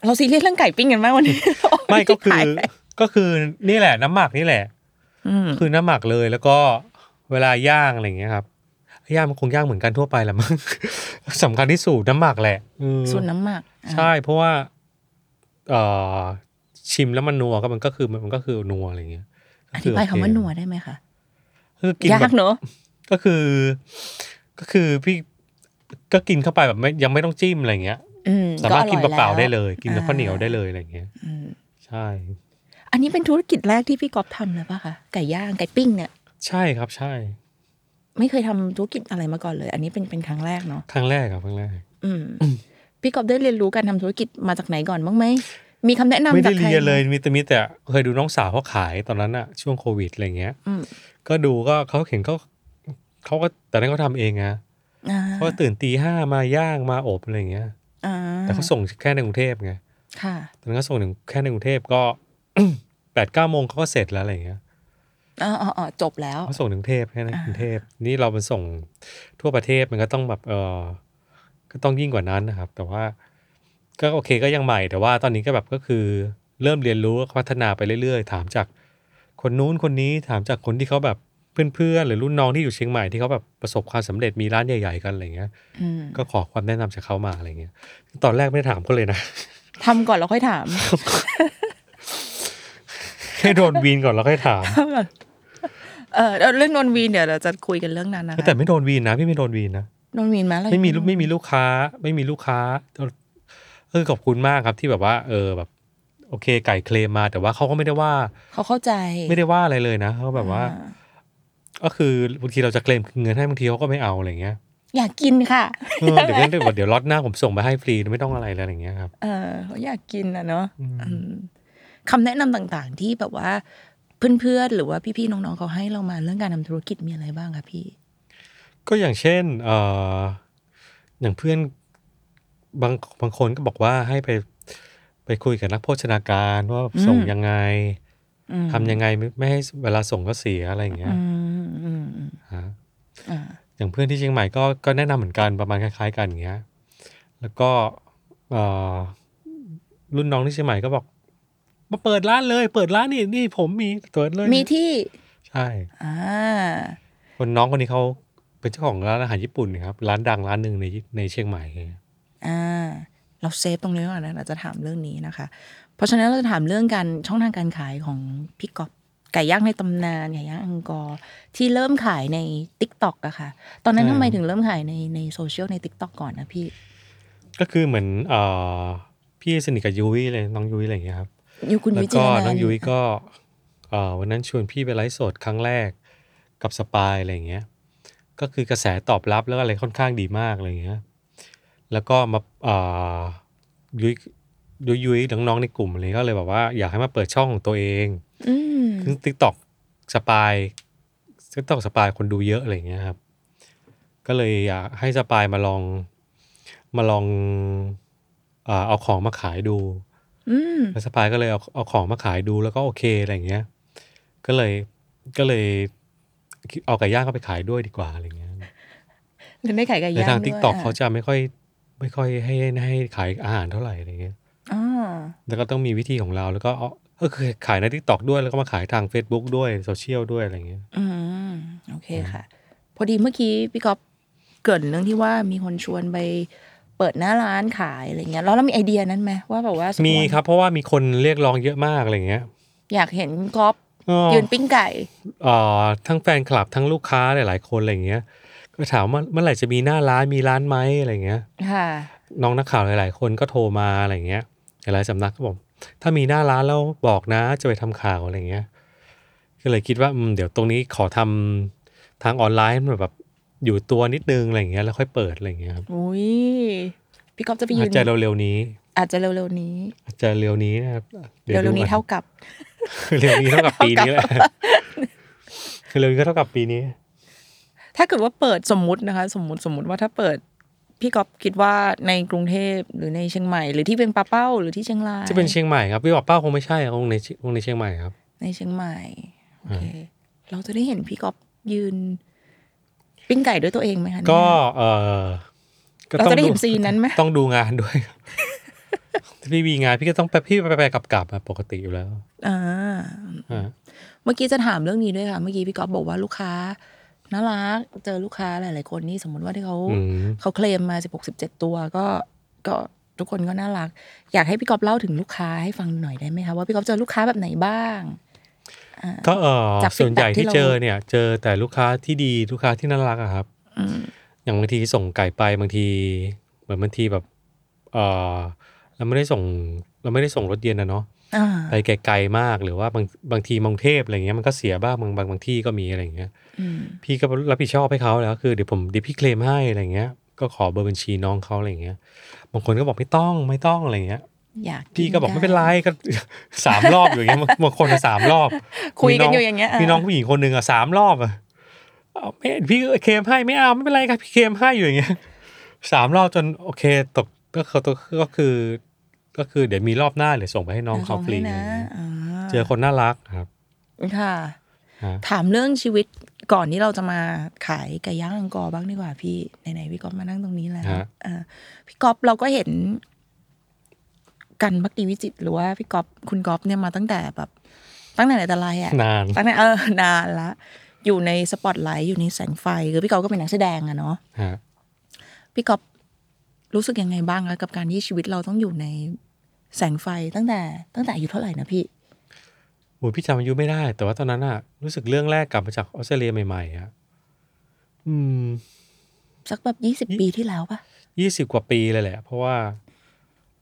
Speaker 1: เราซีเรียสเรื่องไก่ปิ้งกันมากวันนี้
Speaker 2: ไม่ก็คือ
Speaker 1: ถ่ายไป
Speaker 2: ก็คือนี่แหละน้ำหมักนี่แหละ
Speaker 1: อืม
Speaker 2: คือน้ำหมักเลยแล้วก็เวลาย่างอะไรอย่างเงี้ยครับย่างมันคงย่างเหมือนกันทั่วไปแหละมั้ง สำคัญที่สุดน้ำหมักแหละอืม
Speaker 1: ส่วนน้ำหมักอ่ะ
Speaker 2: ใช่เพราะว่าเอ่อชิมแล้วมันนัวก็มันก็คือมันก็คือนัวอะไรอย่างเงี้ย
Speaker 1: อ
Speaker 2: ก็อบ
Speaker 1: ธิายคำว่า
Speaker 2: โอเ
Speaker 1: นัวได้ไหมคะ
Speaker 2: คือกิน
Speaker 1: ยา
Speaker 2: แบ
Speaker 1: ก
Speaker 2: บ
Speaker 1: เนอะ
Speaker 2: ก็คือ ก็คือพี่ก็กินเข้าไปแบบไม่ยังไม่ต้องจิ้มอะไรอย่างเงี้ย
Speaker 1: อืม
Speaker 2: สามารถกิน
Speaker 1: ออย
Speaker 2: เปล่าๆ
Speaker 1: แว
Speaker 2: ได้เลย กินกับข้าวเหนียวได้
Speaker 1: อ่
Speaker 2: เลยอะไรอย่างเงี้ย
Speaker 1: อืม
Speaker 2: ใช่
Speaker 1: อันนี้เป็นธุรกิจแรกที่พี่กอบทำเลยป่ะคะไก่ย่างไก่ปิ้งเนี่ย
Speaker 2: ใช่ครับใช่
Speaker 1: ไม่เคยทำธุรกิจอะไรมาก่อนเลย อันนี้เป็นเป็นครั้งแรกเนาะ
Speaker 2: ครั้งแรกครับครั้งแรก
Speaker 1: อืมพี่กอบได้เรียนรู้การทำธุรกิจมาจากไหนก่อนบ้างไหมมีคำแนะนำ
Speaker 2: ไม่
Speaker 1: จา
Speaker 2: ได้
Speaker 1: กใคร
Speaker 2: เรียนเลย
Speaker 1: ไหม
Speaker 2: มีแต่มีแต่เคยดูน้องสาวเขาขายตอนนั้นอะช่วงโควิดอะไรเงี้ย
Speaker 1: อืม
Speaker 2: ก็ดูก็เขาเห็นเขาเขาก็แต่นั้นเขาทำเองนะ
Speaker 1: อ่า
Speaker 2: เขาก็ตื่นตีห้ามาย่างมาอบอะไรเงี้ย
Speaker 1: อ่า
Speaker 2: แต่เขาส่งแค่ในกรุงเทพไง
Speaker 1: ค่ะ
Speaker 2: ตอนนั้นก็ส่งถึงแค่ในกรุงเทพก็ แปดเก้าโมงเขาก็เสร็จแล้วอะไรเงี้ย
Speaker 1: อ๋ออ๋อจบแล้ว
Speaker 2: เขาส่งถึงเทพแค่นั้น
Speaker 1: อ่า
Speaker 2: กรุงเทพนี่เรามันส่งทั่วประเทศมันก็ต้องแบบเออก็ต้องยิ่งกว่านั้นนะครับ แต่ว่า ก็โอเคก็ยังใหม่ แต่ว่าตอนนี้ก็แบบก็คือเริ่มเรียนรู้พัฒนาไปเรื่อย ๆ ถามจากคนนู้นคนนี้ถามจากคนที่เขาแบบเพื่อนๆหรือรุ่นน้องที่อยู่เชียงใหม่ที่เขาแบบประสบความสำเร็จมีร้านใหญ่ ๆ กันอะไรเงี้ย
Speaker 1: อืม
Speaker 2: ก็ขอความแนะนำจากเขามาอะไรเงี้ย ตอนแรกไม่ได้ถามเขาเลยนะ
Speaker 1: ทำก่อนแล้วค่อยถาม
Speaker 2: ให้โดนวีนก่อนแล้วค่อยถาม
Speaker 1: เออเรื่องนนวีนเดี๋ยวเราจะคุยกันเรื่องนั้นนะคะ
Speaker 2: แต่ไม่โดนวีนนะพี่ไม่โดนวีนนะ
Speaker 1: นนวีนไหมเรา
Speaker 2: ไม่มีลูกไม่มีลูกค้า ไม่มีลูกค้าเออขอบคุณมากครับที่แบบว่า เออแบบ โอเค ไก่เคลมมา แต่ว่าเขาก็ไม่ได้ว่า
Speaker 1: เขาเข้าใจ
Speaker 2: ไม่ได้ว่าอะไรเลยนะเขาแบบว่า
Speaker 1: อ่
Speaker 2: ก็คือบางทีเราจะเคลมเงินให้บางทีเขาก็ไม่เอาอะไรเงี้ย
Speaker 1: อยากกินค่ะ
Speaker 2: เออ เดี๋ยวงั้นเดี๋ยวเดี๋ยวล็อตหน้าผมส่งไปให้ฟรีไม่ต้องอะไรแล้วอย่างเงี้ยครับ
Speaker 1: เออเขาอยากกินนะเนาะ
Speaker 2: อืม
Speaker 1: อืมคำแนะนำต่างๆ ที่แบบว่า เพื่อนๆหรือว่าพี่ๆน้องๆเขาให้เรามาเรื่องการทำธุรกิจมีอะไรบ้างคะพี่
Speaker 2: ก็อย่างเช่นเอออย่างเพื่อนบางบางคนก็บอกว่าให้ไป ไปคุยกับนักโภชนาการว่า
Speaker 1: อืม
Speaker 2: ส่งยังไง
Speaker 1: อืม
Speaker 2: ทำยังไงไม่ไม่ให้เวลาส่งก็เสียอะไรอย่างเงี้ย
Speaker 1: อืมอืมอืม
Speaker 2: ฮะ
Speaker 1: อ่า
Speaker 2: อย่างเพื่อนที่เชียงใหม่ก็ก็แนะนำเหมือนกันประมาณคล้ายๆ กันอย่างเงี้ย แล้วก็เอ่อรุ่นน้องที่เชียงใหม่ก็บอก มาเปิดร้านเลย เปิดร้านนี่นี่ผมมีเปิดเลย
Speaker 1: มีที่
Speaker 2: ใช่
Speaker 1: อ่า
Speaker 2: คนน้องคนนี้เขาเป็นเจ้าของร้านอาหารญี่ปุ่นนะครับร้านดังร้านหนึ่งในในเชียงใหม่
Speaker 1: อ่าเราเซฟตรงนี้ก่อนนะเราจะถามเรื่องนี้นะคะ เพราะฉะนั้นเราจะถามเรื่องการช่องทางการขายของพี่ก๊อฟไก่ย่างในตำนานไก่ย่างอังกอร์ที่เริ่มขายใน t ิ k t o k อะค่ะ ตอนนั้นทำไมถึงเริ่มขายในในโซเชียลใน t ิ k t o k ก่อนนะพี่
Speaker 2: ก็คือเหมือนเอ่อพี่สนิทกับยุ้ยเลยน้องยุ้ยอะไรอย่างเงี้ยครับ
Speaker 1: อยู่คุณ
Speaker 2: แล้
Speaker 1: วิ
Speaker 2: ว
Speaker 1: จิ
Speaker 2: ก็
Speaker 1: ร
Speaker 2: น้
Speaker 1: นั
Speaker 2: อนง
Speaker 1: ท์
Speaker 2: ยุ้ยก็เอ่อวันนั้นชวนพี่ไปไลฟ์สดครั้งแรกกับสปายอะไรอย่างเงี้ย ก็คือกระแสตอบรับแล้วก็อะไรค่อนข้างดีมากอะไรอย่างเงี้ย แล้วก็มาเอ่อยุ้ยยุ้ยยุ้ยน้องๆในกลุ่มอะไรก็เลยแบบว่าอยากให้มาเปิดช่องของตัวเอง
Speaker 1: อืม
Speaker 2: ซึ่งทิกตอกสปายทิกตอกสปายคนดูเยอะอะไรอย่างเงี้ยครับ ก็เลยอยากให้สปายมาลองมาลองเอ่อเอาของมาขายดู
Speaker 1: อืม
Speaker 2: แล้วสปายก็เลยเอาเอาของมาขายดูแล้วก็โอเคอะไรอย่างเงี้ย ก็เลยก็เลยเอาไก่ย่างเข้าไปขายด้วยดีกว่าอะไรเงี้ย
Speaker 1: หรือได้ขายไก่
Speaker 2: ใน
Speaker 1: ย่าง
Speaker 2: ทาง
Speaker 1: ด้วย
Speaker 2: ทิกตอกเขาจะไม่ค่อยไม่ค่อยให้ให้ขายอาหารเท่าไหร่อะไรเงี้ย
Speaker 1: อ่า
Speaker 2: แล้วก็ต้องมีวิธีของเราแล้วก็เอาก็คือขายในทิกตอกด้วยแล้วก็มาขายทาง Facebook ด้วยโซเชียลด้วยอะไรเงี้ย
Speaker 1: อืมโอเคค่ะ พอดีเมื่อกี้พี่ก๊อฟเกรินเรื่องที่ว่ามีคนชวนไปเปิดหน้าร้านขายอะไรเงี้ยแล้วเรามีไอเดียนั้นไหมว่าแบบว่าสติ
Speaker 2: มีครับเพราะว่ามีคนเรียกร้องเยอะมากอะไรเงี้ย
Speaker 1: อยากเห็นก๊อฟ
Speaker 2: อ้อ
Speaker 1: ยืนปิ้งไก่
Speaker 2: เอ่อทั้งแฟนคลับทั้งลูกค้าหลายๆคนอะไรเงี้ย ก็ถามว่าเมื่อไหร่จะมีหน้าร้านมีร้านไหมอะไรเงี้ย
Speaker 1: ค่ะ
Speaker 2: น้องนักข่าวหลาย ๆ คนก็โทรมาอะไรเงี้ย หลายๆสำนักก็บอกถ้ามีหน้าร้านแล้วบอกนะจะไปทำข่าวอะไรเงี้ย ก็เลยคิดว่าอืมเดี๋ยวตรงนี้ขอทำทางออนไลน์ให้มันแบบอยู่ตัวนิดนึงอะไรเงี้ยแล้วค่อยเปิดอะไรเงี้ยครับ
Speaker 1: อุ้ยพี่ก๊อฟจะไปยื
Speaker 2: อาจ
Speaker 1: น
Speaker 2: จะเร็วๆนี้
Speaker 1: อาจจะเร็วๆนี้
Speaker 2: อาจจะเร็วนี้นะครับ
Speaker 1: เร็วๆนี้
Speaker 2: ก่
Speaker 1: เท่า
Speaker 2: อ
Speaker 1: กับ
Speaker 2: เร็วนี้เท่ากับปีนี้แหละเร็วนี้ก็เท่ากับปีนี้
Speaker 1: ถ้าเกิดว่าเปิดสมมุตินะคะ สมมุติสมมุติว่าถ้าเปิด พี่ก๊อฟคิดว่าในกรุงเทพหรือในเชียงใหม่ หรือที่เป็นปาเป้าหรือที่เชียงราย
Speaker 2: จะเป็นเชียงใหม่ครับพี่บอกเป้าคงไม่ใช่คงในคงในเชียงใหม่ครับ
Speaker 1: ในเชียงใหม่โอเคเราจะได้เห็นพี่ก๊อฟยืน ปิ้งไก่ด้วยตัวเองไหมคะเนี่ย
Speaker 2: ก็เออ
Speaker 1: เราจะได้เห็นซีนนั้นไหม
Speaker 2: ต้องดูงานด้วยครับพี่มีงานพี่ก็ต้องไปพี่ไปไปกลับกลับๆอะปกติอยู่แล้ว
Speaker 1: อ่า
Speaker 2: ฮะ
Speaker 1: เมื่อกี้จะถามเรื่องนี้ด้วยค่ะ เมื่อกี้พี่ก๊อฟบอกว่าลูกค้าน่ารัก เจอลูกค้าหลาย ๆ คนนี่สมมุติว่าที่เขา
Speaker 2: อืม
Speaker 1: เขาเคลมมาสิบหกสิบเจ็ดตัวก็ก็ทุกคนก็น่ารัก อยากให้พี่ก๊อฟเล่าถึงลูกค้าให้ฟังหน่อยได้ไหมคะว่าพี่ก๊อฟเจอลูกค้าแบบไหนบ้าง
Speaker 2: ก็เออ
Speaker 1: จาก
Speaker 2: ส่วนใหญ่
Speaker 1: feedback ที่
Speaker 2: ที่
Speaker 1: เรา
Speaker 2: เจอเนี่ย เจอแต่ลูกค้าที่ดีลูกค้าที่น่ารักอะครับ
Speaker 1: อืม
Speaker 2: อย่างบางทีส่งไก่ไปบางที เหมือนบางทีแบบเออเราไม่ได้ส่งเราไม่ได้ส่งรถเย็นนะเนาะ
Speaker 1: อ่า
Speaker 2: ไปไกลๆมากหรือว่าบางบางทีมองเทพอะไรเงี้ยมันก็เสียบ้างบางบางบางที่ก็มีอะไรอย่างเงี้ย
Speaker 1: อืม
Speaker 2: พี่ก็รับผิดชอบให้เขาแล้วคือเดี๋ยวผมเดี๋ยวพี่เคลมให้อะไรเงี้ย ก็ขอเบอร์บัญชีน้องเขาอะไรเงี้ยบางคนก็บอกไม่ต้องไม่ต้องอะไรเงี้ย
Speaker 1: อยาก
Speaker 2: พี่ก็บอก
Speaker 1: ด้
Speaker 2: ไม่เป็นไรก็ สามรอบอยู่อย่างเงี้ยบางคนอะสามรอบ
Speaker 1: คุยกันอยู่
Speaker 2: มี
Speaker 1: อ
Speaker 2: น้
Speaker 1: ย่างเงี้ยะ
Speaker 2: มีน้องผู้หญิงคนหนึ่งอ่ะสามรอบอ่ะเอาไม่พี่เคมให้ไม่เอาไม่เป็นไรครับพี่เคมให้อยู่อย่างเงี้ยสามรอบจนโอเคตกก็เขาตกก็คือ ก็คือเดี๋ยวมีรอบหน้าเดี๋ยวส่งไปให้น้องเขาฟรี
Speaker 1: ให้นะอ่า
Speaker 2: เจอคนน่ารักครับ
Speaker 1: ค่ะ
Speaker 2: ฮะ
Speaker 1: ถามเรื่องชีวิตก่อนที่เราจะมาขายไก่ย่างอังกอร์บ้างดีกว่าพี่ไหนๆพี่ก๊อฟมานั่งตรงนี้แล้ว
Speaker 2: ฮะ
Speaker 1: อ่าพี่ก๊อฟเราก็เห็น กันพักดีวิจิตรหรือว่าพี่ก๊อฟคุณก๊อฟเนี่ยมาตั้งแต่แบบ ตั้งแต่ไหนแต่ไรอ่ะ
Speaker 2: นาน
Speaker 1: ตั้งแต่เออนานละ อยู่ในสปอตไลท์อยู่ในแสงไฟคือพี่ก๊อฟก็เป็นนักแสดงอะเนาะ
Speaker 2: ฮะ
Speaker 1: พี่ก๊อฟรู้สึกยังไงบ้างคะกับการที่ชีวิตเราต้องอยู่ในแสงไฟตั้งแต่ ตั้งแต่อายุเท่าไหร่นะพี่
Speaker 2: โอ้ยพี่จำอายุไม่ได้ แต่ว่าตอนนั้นอ่ะ รู้สึกเรื่องแรกกลับมาจากออสเตรเลียใหม่ๆอ่ะอืม
Speaker 1: สักแบบยี่สิบปีที่แล้วปะ
Speaker 2: ยี่สิบกว่าปีเลยแหละ เพราะว่า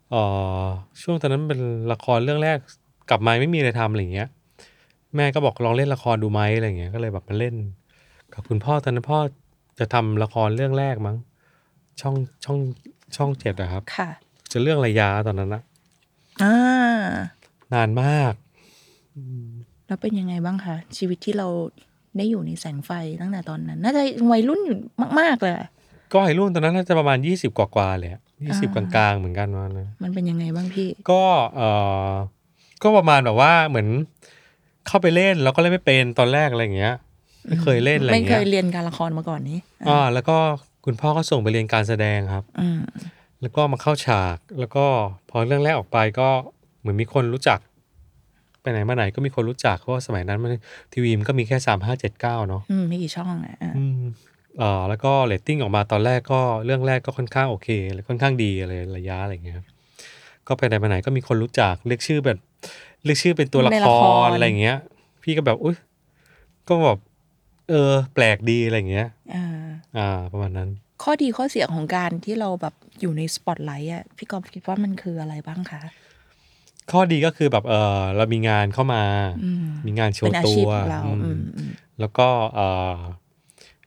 Speaker 2: เออช่วงตอนนั้นเป็นละครเรื่องแรกกลับมาไม่มีอะไรทำอะไรอย่างเงี้ย แม่ก็บอกลองเล่นละครดูไหมอะไรอย่างเงี้ยก็เลยแบบมาเล่น กับคุณพ่อตอนนั้นพ่อจะทำละครเรื่องแรกมั้ง ช่องช่องช่องเจ็ดอะครับ
Speaker 1: ค่ะ
Speaker 2: จะเรื่องระยะตอนนั้นนะ
Speaker 1: อ่า
Speaker 2: นานมาก
Speaker 1: แล้วเป็นยังไงบ้างคะชีวิตที่เราได้อยู่ในแสงไฟตั้งแต่ตอนนั้น น่าจะวัยรุ่นอยู่มากๆเลยอะ
Speaker 2: ก็ไอรุ่นตอนนั้นน่าจะประมาณยี่สิบกว่ากว่าๆเลยยี่สิบกลางๆเหมือนกันวันนะ
Speaker 1: มันเป็นยังไงบ้างพี่
Speaker 2: ก็เออก็ประมาณแบบว่าเหมือนเข้าไปเล่นแล้วก็เล่นไม่เป็นตอนแรกอะไรอย่างเงี้ย ไม่เคยเล่นอะไรอ
Speaker 1: ไม่
Speaker 2: ย่าง
Speaker 1: เค
Speaker 2: เงี้
Speaker 1: ย
Speaker 2: ย
Speaker 1: เรียนการละครมาก่อนนี้
Speaker 2: อ่าแล้วก็คุณพ่อก็ส่งไปเรียนการแสดงครับ
Speaker 1: อืม
Speaker 2: แล้วก็มาเข้าฉาก แล้วก็พอเรื่องแรกออกไปก็เหมือนมีคนรู้จัก ไปไหนมาไหนก็มีคนรู้จักเพราะว่าสมัยนั้นมันทีวีมันก็มีแค่สามห้าเจ็ดเก้าเนาะ
Speaker 1: อืมไม่กี่ช่องอะอ่ะ
Speaker 2: อืมอ่าแล้วก็เรตติ้งออกมาตอนแรกก็เรื่องแรกก็ค่อนข้างโอเคเลยค่อนข้างดีอะไรระยะอะไรอย่างเงี้ยครับก็ไปไหนมาไหนก็มีคนรู้จักเรียกชื่อแบบเรียกชื่อเป็นตัวละ
Speaker 1: ใน
Speaker 2: ครอะไรอย่างเงี้ย พี่ก็แบบอุ้ยก็แบบเออ แปลกดีอะไรอย่างเงี้ย
Speaker 1: อ่า
Speaker 2: อ่าประมาณนั้น
Speaker 1: ข้อดีข้อเสียของการที่เราแบบอยู่ในสปอตไลท์อะพี่กอบคิดว่ามันคืออะไรบ้างคะ
Speaker 2: ข้อดีก็คือแบบเออเรามีงานเข้ามา
Speaker 1: อืม
Speaker 2: มีงานโช
Speaker 1: เป็น
Speaker 2: ว์
Speaker 1: อา
Speaker 2: ตั
Speaker 1: ชีพ
Speaker 2: ว
Speaker 1: ของเรา
Speaker 2: อื
Speaker 1: อื
Speaker 2: ม
Speaker 1: มอืม
Speaker 2: แล้วก็เออ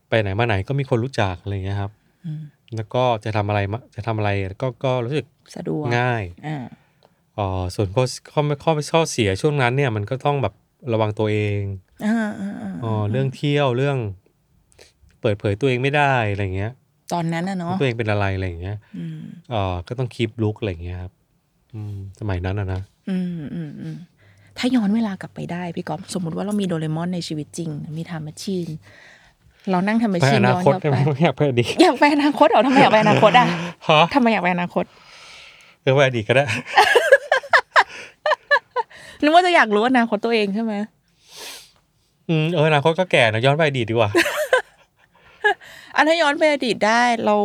Speaker 2: ไปไหนมาไหนก็มีคนรู้จักอะไรอย่างเงี้ยครับ
Speaker 1: อืม
Speaker 2: แล้วก็จะทำอะไรมาจะทำอะไรก็ก็รู้สึก
Speaker 1: สะดวก
Speaker 2: ง่าย
Speaker 1: อ่า
Speaker 2: เออส่วนข้อข้อข้อข้อเสียช่วงนั้นเนี่ยมันก็ต้องแบบระวังตัวเอง
Speaker 1: อ่าอ่าอ่า
Speaker 2: อ๋ออเรื่องเที่ยวเรื่อง เปิดเผยตัวเองไม่ได้อะไรอย่างเงี้ย
Speaker 1: ตอนนั้นอะเนาะ
Speaker 2: ว่าตัวเองเป็นอะไรอะไรอย่างเงี้ย
Speaker 1: อืม
Speaker 2: เออก็ต้องคีปลุกอะไรอย่างเงี้ยครับอืมสมัยนั้นอะนะ
Speaker 1: อืมอืมอืมถ้าย้อนเวลากลับไปได้พี่ก๊อฟสมมติว่าเรามีโดเรมอนในชีวิตจริง มีทำแมชชีน เรานั่งทำแมช
Speaker 2: ไป
Speaker 1: ชีน
Speaker 2: อนา
Speaker 1: ย้อน
Speaker 2: คต
Speaker 1: กลับ
Speaker 2: ได้ไห
Speaker 1: ไป
Speaker 2: มไม่อยากไปอดีต
Speaker 1: อยากไปอนาคตเหรอทำไมอยากไปอนาคตอ่ะ
Speaker 2: ฮะ
Speaker 1: ทำไมอยากไปอนาคต
Speaker 2: เออไปอดีตก็ได้
Speaker 1: นึกว่าจะอยากรู้อนาคตตัวเองใช่ไหม
Speaker 2: อืมเอออนาคตก็แก่นะย้อนไปอดีตดีกว่า
Speaker 1: อันถ้าย้อนไปอดีตได้เรา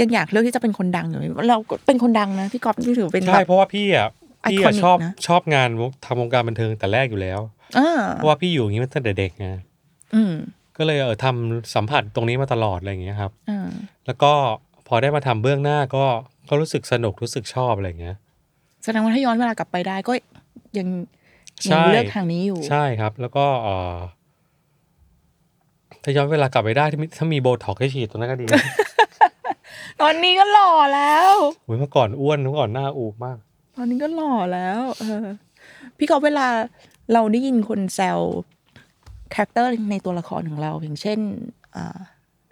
Speaker 1: ยังอยากเลือกที่จะเป็นคนดังอยู่ไหมเราก็เป็นคนดังนะพี่ก๊อฟที่ถือเป็นแบ
Speaker 2: ใช่
Speaker 1: บ
Speaker 2: เพราะว่าพี่อ่ะพี่
Speaker 1: Iconic
Speaker 2: อ่ะชอบ
Speaker 1: นะ
Speaker 2: ชอบงานวงทำวงการบันเทิงแต่แรกอยู่แล้ว
Speaker 1: อ่า
Speaker 2: เพราะว่าพี่อยู่อย่างนี้มาตั้งแต่เด็กไง
Speaker 1: อืม
Speaker 2: ก็เลยเออทำสัมผัสตรงนี้มาตลอดอะไรอย่างเงี้ยครับ
Speaker 1: อ่า
Speaker 2: แล้วก็พอได้มาทำเบื้องหน้าก็ก็รู้สึกสนุกรู้สึกชอบอะไรอย่างเงี้ย
Speaker 1: แสดงว่าถ้าย้อนเวลากลับไปได้ก็ยัง
Speaker 2: ใช่
Speaker 1: ยังเลือกทางนี้อยู่
Speaker 2: ใช่ครับ แล้วก็เออถ้าย้อนเวลากลับไปได้ถ้ามีถ้ามีโบท็อกซ์ให้ฉีดตรงนั้นก็ ดีนะ
Speaker 1: ตอนนี้ก็หล่อแล้ว
Speaker 2: โอ้ยเมื่อก่อนอ้วนเมื่อก่อนหน้าอูบมาก
Speaker 1: ตอนนี้ก็หล่อแล้ว เออ พี่กอฟเวลาเราได้ยินคนแซวคาแรคเตอร์ในตัวละครของเรา อย่างเช่นอ่า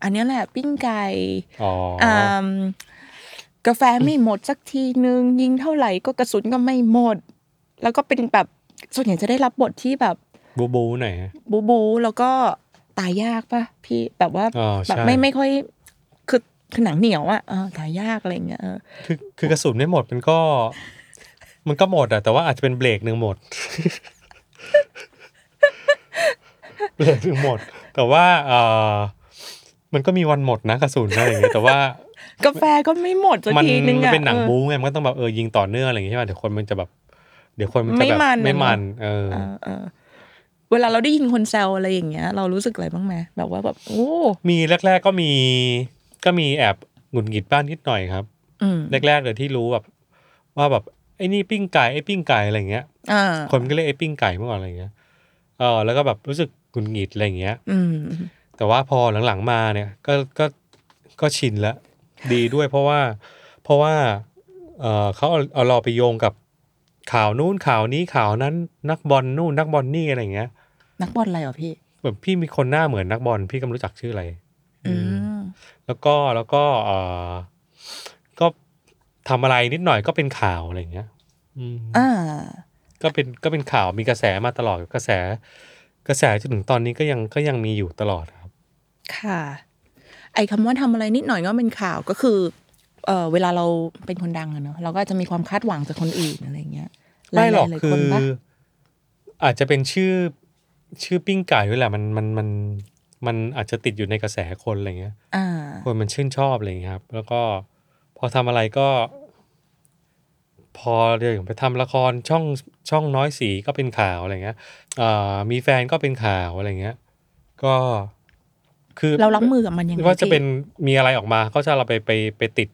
Speaker 1: อันเนี้ยแหละ ปิ้งไก่
Speaker 2: อ๋ออ
Speaker 1: อ่ากาแฟไม่หมดสักทีนึง ยิงเท่าไหร่ก็กระสุนก็ไม่หมด แล้วก็เป็นแบบส่วนใหญ่จะได้รับบทที่แบบ
Speaker 2: บูบูหน่อยฮะ
Speaker 1: บูบูแล้วก็ ตายยากปะพี่แบบว่า
Speaker 2: อ๋อ
Speaker 1: แบบ
Speaker 2: ใช่
Speaker 1: ไม่ไม่ค่อยคือคือหนังเหนียวอะเออตายยากอะไรอย่างเงี้ยเออ
Speaker 2: คือคือกระสุนไม่หมดมันก็ มันก็หมดอะแต่ว่าอาจจะเป็นเบรกหนึ่งหมด เบรกหนึ่งหมด แต่ว่าเออมันก็มีวันหมดนะกระสุนอะไรอย่างเงี้ยแต่ว่าก
Speaker 1: าแฟก็ไม่หมดสัก
Speaker 2: มัน
Speaker 1: ทีนึง
Speaker 2: มัน
Speaker 1: อะ
Speaker 2: เป็นหนัง
Speaker 1: ออ
Speaker 2: บู๊ไงมันก็ต้องแบบเออยิงต่อเนื่องอะไรอย่างเงี้ยใช่ป่ะเดี๋ยวคนมันจะแบบ เดี๋ยวคนมันจะ
Speaker 1: ไม่
Speaker 2: แบบ
Speaker 1: มันอะ
Speaker 2: ไม่มัน เออ
Speaker 1: เออเออเวลาเราได้ยินคนแซวอะไรอย่างเงี้ย เรารู้สึกอะไรบ้างไหมแบบว่าแบบโอ้
Speaker 2: มีแรก ๆ ก็มี ก็มีแอบหงุดหงิดบ้างนิดหน่อยครับ
Speaker 1: อืม
Speaker 2: แรกๆเลยที่รู้แบบ ว่าแบบไอ้นี่ปิ้งไก่ไอ้ปิ้งไก่อะไรอย่างเงี้ย
Speaker 1: อ่า
Speaker 2: คนก็เรียกไอ้ปิ้งไก่เมื่อก่อนอะไรอย่างเงี้ย เออแล้วก็แบบรู้สึกหงุดหงิดอะไรอย่างเงี้ย
Speaker 1: อืม
Speaker 2: แต่ว่าพอหลังๆมาเนี่ย ก็ก็ก็ชินแล้วดีด้วยเพราะว่า เพราะว่า เออเขาเอาเอาเราไปโยงกับข่าวนู้นข่าวนี้ข่าวนั้น นักบอลนู่นนักบอลนี่อะไรอย่างเงี้ย
Speaker 1: นักบอลอะไรเหรอพี่
Speaker 2: แบบพี่มีคนหน้าเหมือนนักบอลพี่ก็ไม่รู้จักชื่ออะไร
Speaker 1: อืม
Speaker 2: แล้วก็แล้วก็เออก็ทำอะไรนิดหน่อยก็เป็นข่าวอะไรอย่างเงี้ย อืม
Speaker 1: อ่า
Speaker 2: ก็เป็นก็เป็นข่าวมีกระแสมาตลอดกระแส กระแสจนถึงตอนนี้ก็ยังก็ยังมีอยู่ตลอดครับ
Speaker 1: ค่ะ ไอ้คำว่าทำอะไรนิดหน่อยก็เป็นข่าวก็คือ เออเวลาเราเป็นคนดังอะเนอะเราก็อาจจะมีความคาดหวังจากคนอื่นอะไรอย่างเงี้ย
Speaker 2: ไม่หรอก
Speaker 1: ลายๆ
Speaker 2: คื
Speaker 1: น
Speaker 2: อ
Speaker 1: ปะ
Speaker 2: อาจจะเป็นชื่อชื่อปิ้งไก่ด้วยแหละมันมันมันมันอาจจะติดอยู่ในกระแสคนอะไรเงี้ย
Speaker 1: อ่า
Speaker 2: คนมันชื่นชอบอะไรเงี้ยครับ แล้วก็พอทำอะไรก็ พอเดี๋ยวไปทำละครช่องช่องน้อยสีก็เป็นข่าวอะไรเงี้ยเอ่อมีแฟนก็เป็นข่าวอะไรเงี้ย ก็คือ
Speaker 1: เรารับมือกับมันยังไง
Speaker 2: ว่าจะ
Speaker 1: พี่
Speaker 2: เป็นมีอะไรออกมาก็จะเราไปไปไปติด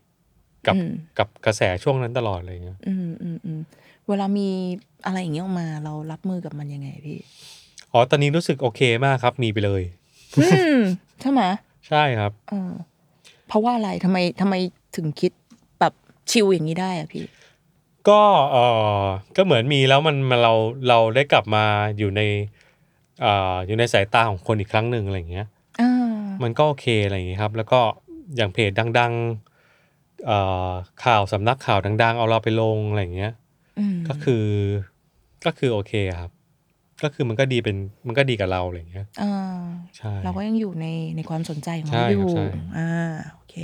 Speaker 2: กับ
Speaker 1: อืม
Speaker 2: กับกระแสช่วงนั้นตลอดอะไรเงี้ย
Speaker 1: อืมอืมอืมเวลามีอะไรอย่างเงี้ยออกมา เรารับมือกับมันยังไงพี่
Speaker 2: อ๋อตอนนี้รู้สึกโอเคมากครับ มีไปเลย
Speaker 1: อืม ใช่ไหม
Speaker 2: ใช่ครับ
Speaker 1: เออเพราะว่าอะไรทำไมทำไมถึงคิดแบบชิลอย่างนี้ได้อะพี่
Speaker 2: ก็เออก็เหมือนมีแล้วมันมันเราเราได้กลับมาอยู่ในเอ่ออยู่ในสายตาของคนอีกครั้งหนึ่งอะไรเงี้ย
Speaker 1: อ่า
Speaker 2: มันก็โอเคอะไรอย่างเงี้ยครับ แล้วก็อย่างเพจดังๆเอ่อข่าวสำนักข่าวดัง ๆ เอาเราไปลงอะไรเงี้ย
Speaker 1: อืม
Speaker 2: ก็คือก็คือโอเคครับ ก็คือมันก็ดีเป็นมันก็ดีกับเราอะไรเงี้ย
Speaker 1: อ่า
Speaker 2: ใช่
Speaker 1: เราก็ยังอยู่ในในความสนใจของเรา
Speaker 2: ใช่
Speaker 1: อ
Speaker 2: ครับ
Speaker 1: ยู่
Speaker 2: ใช่
Speaker 1: อ่าโอเค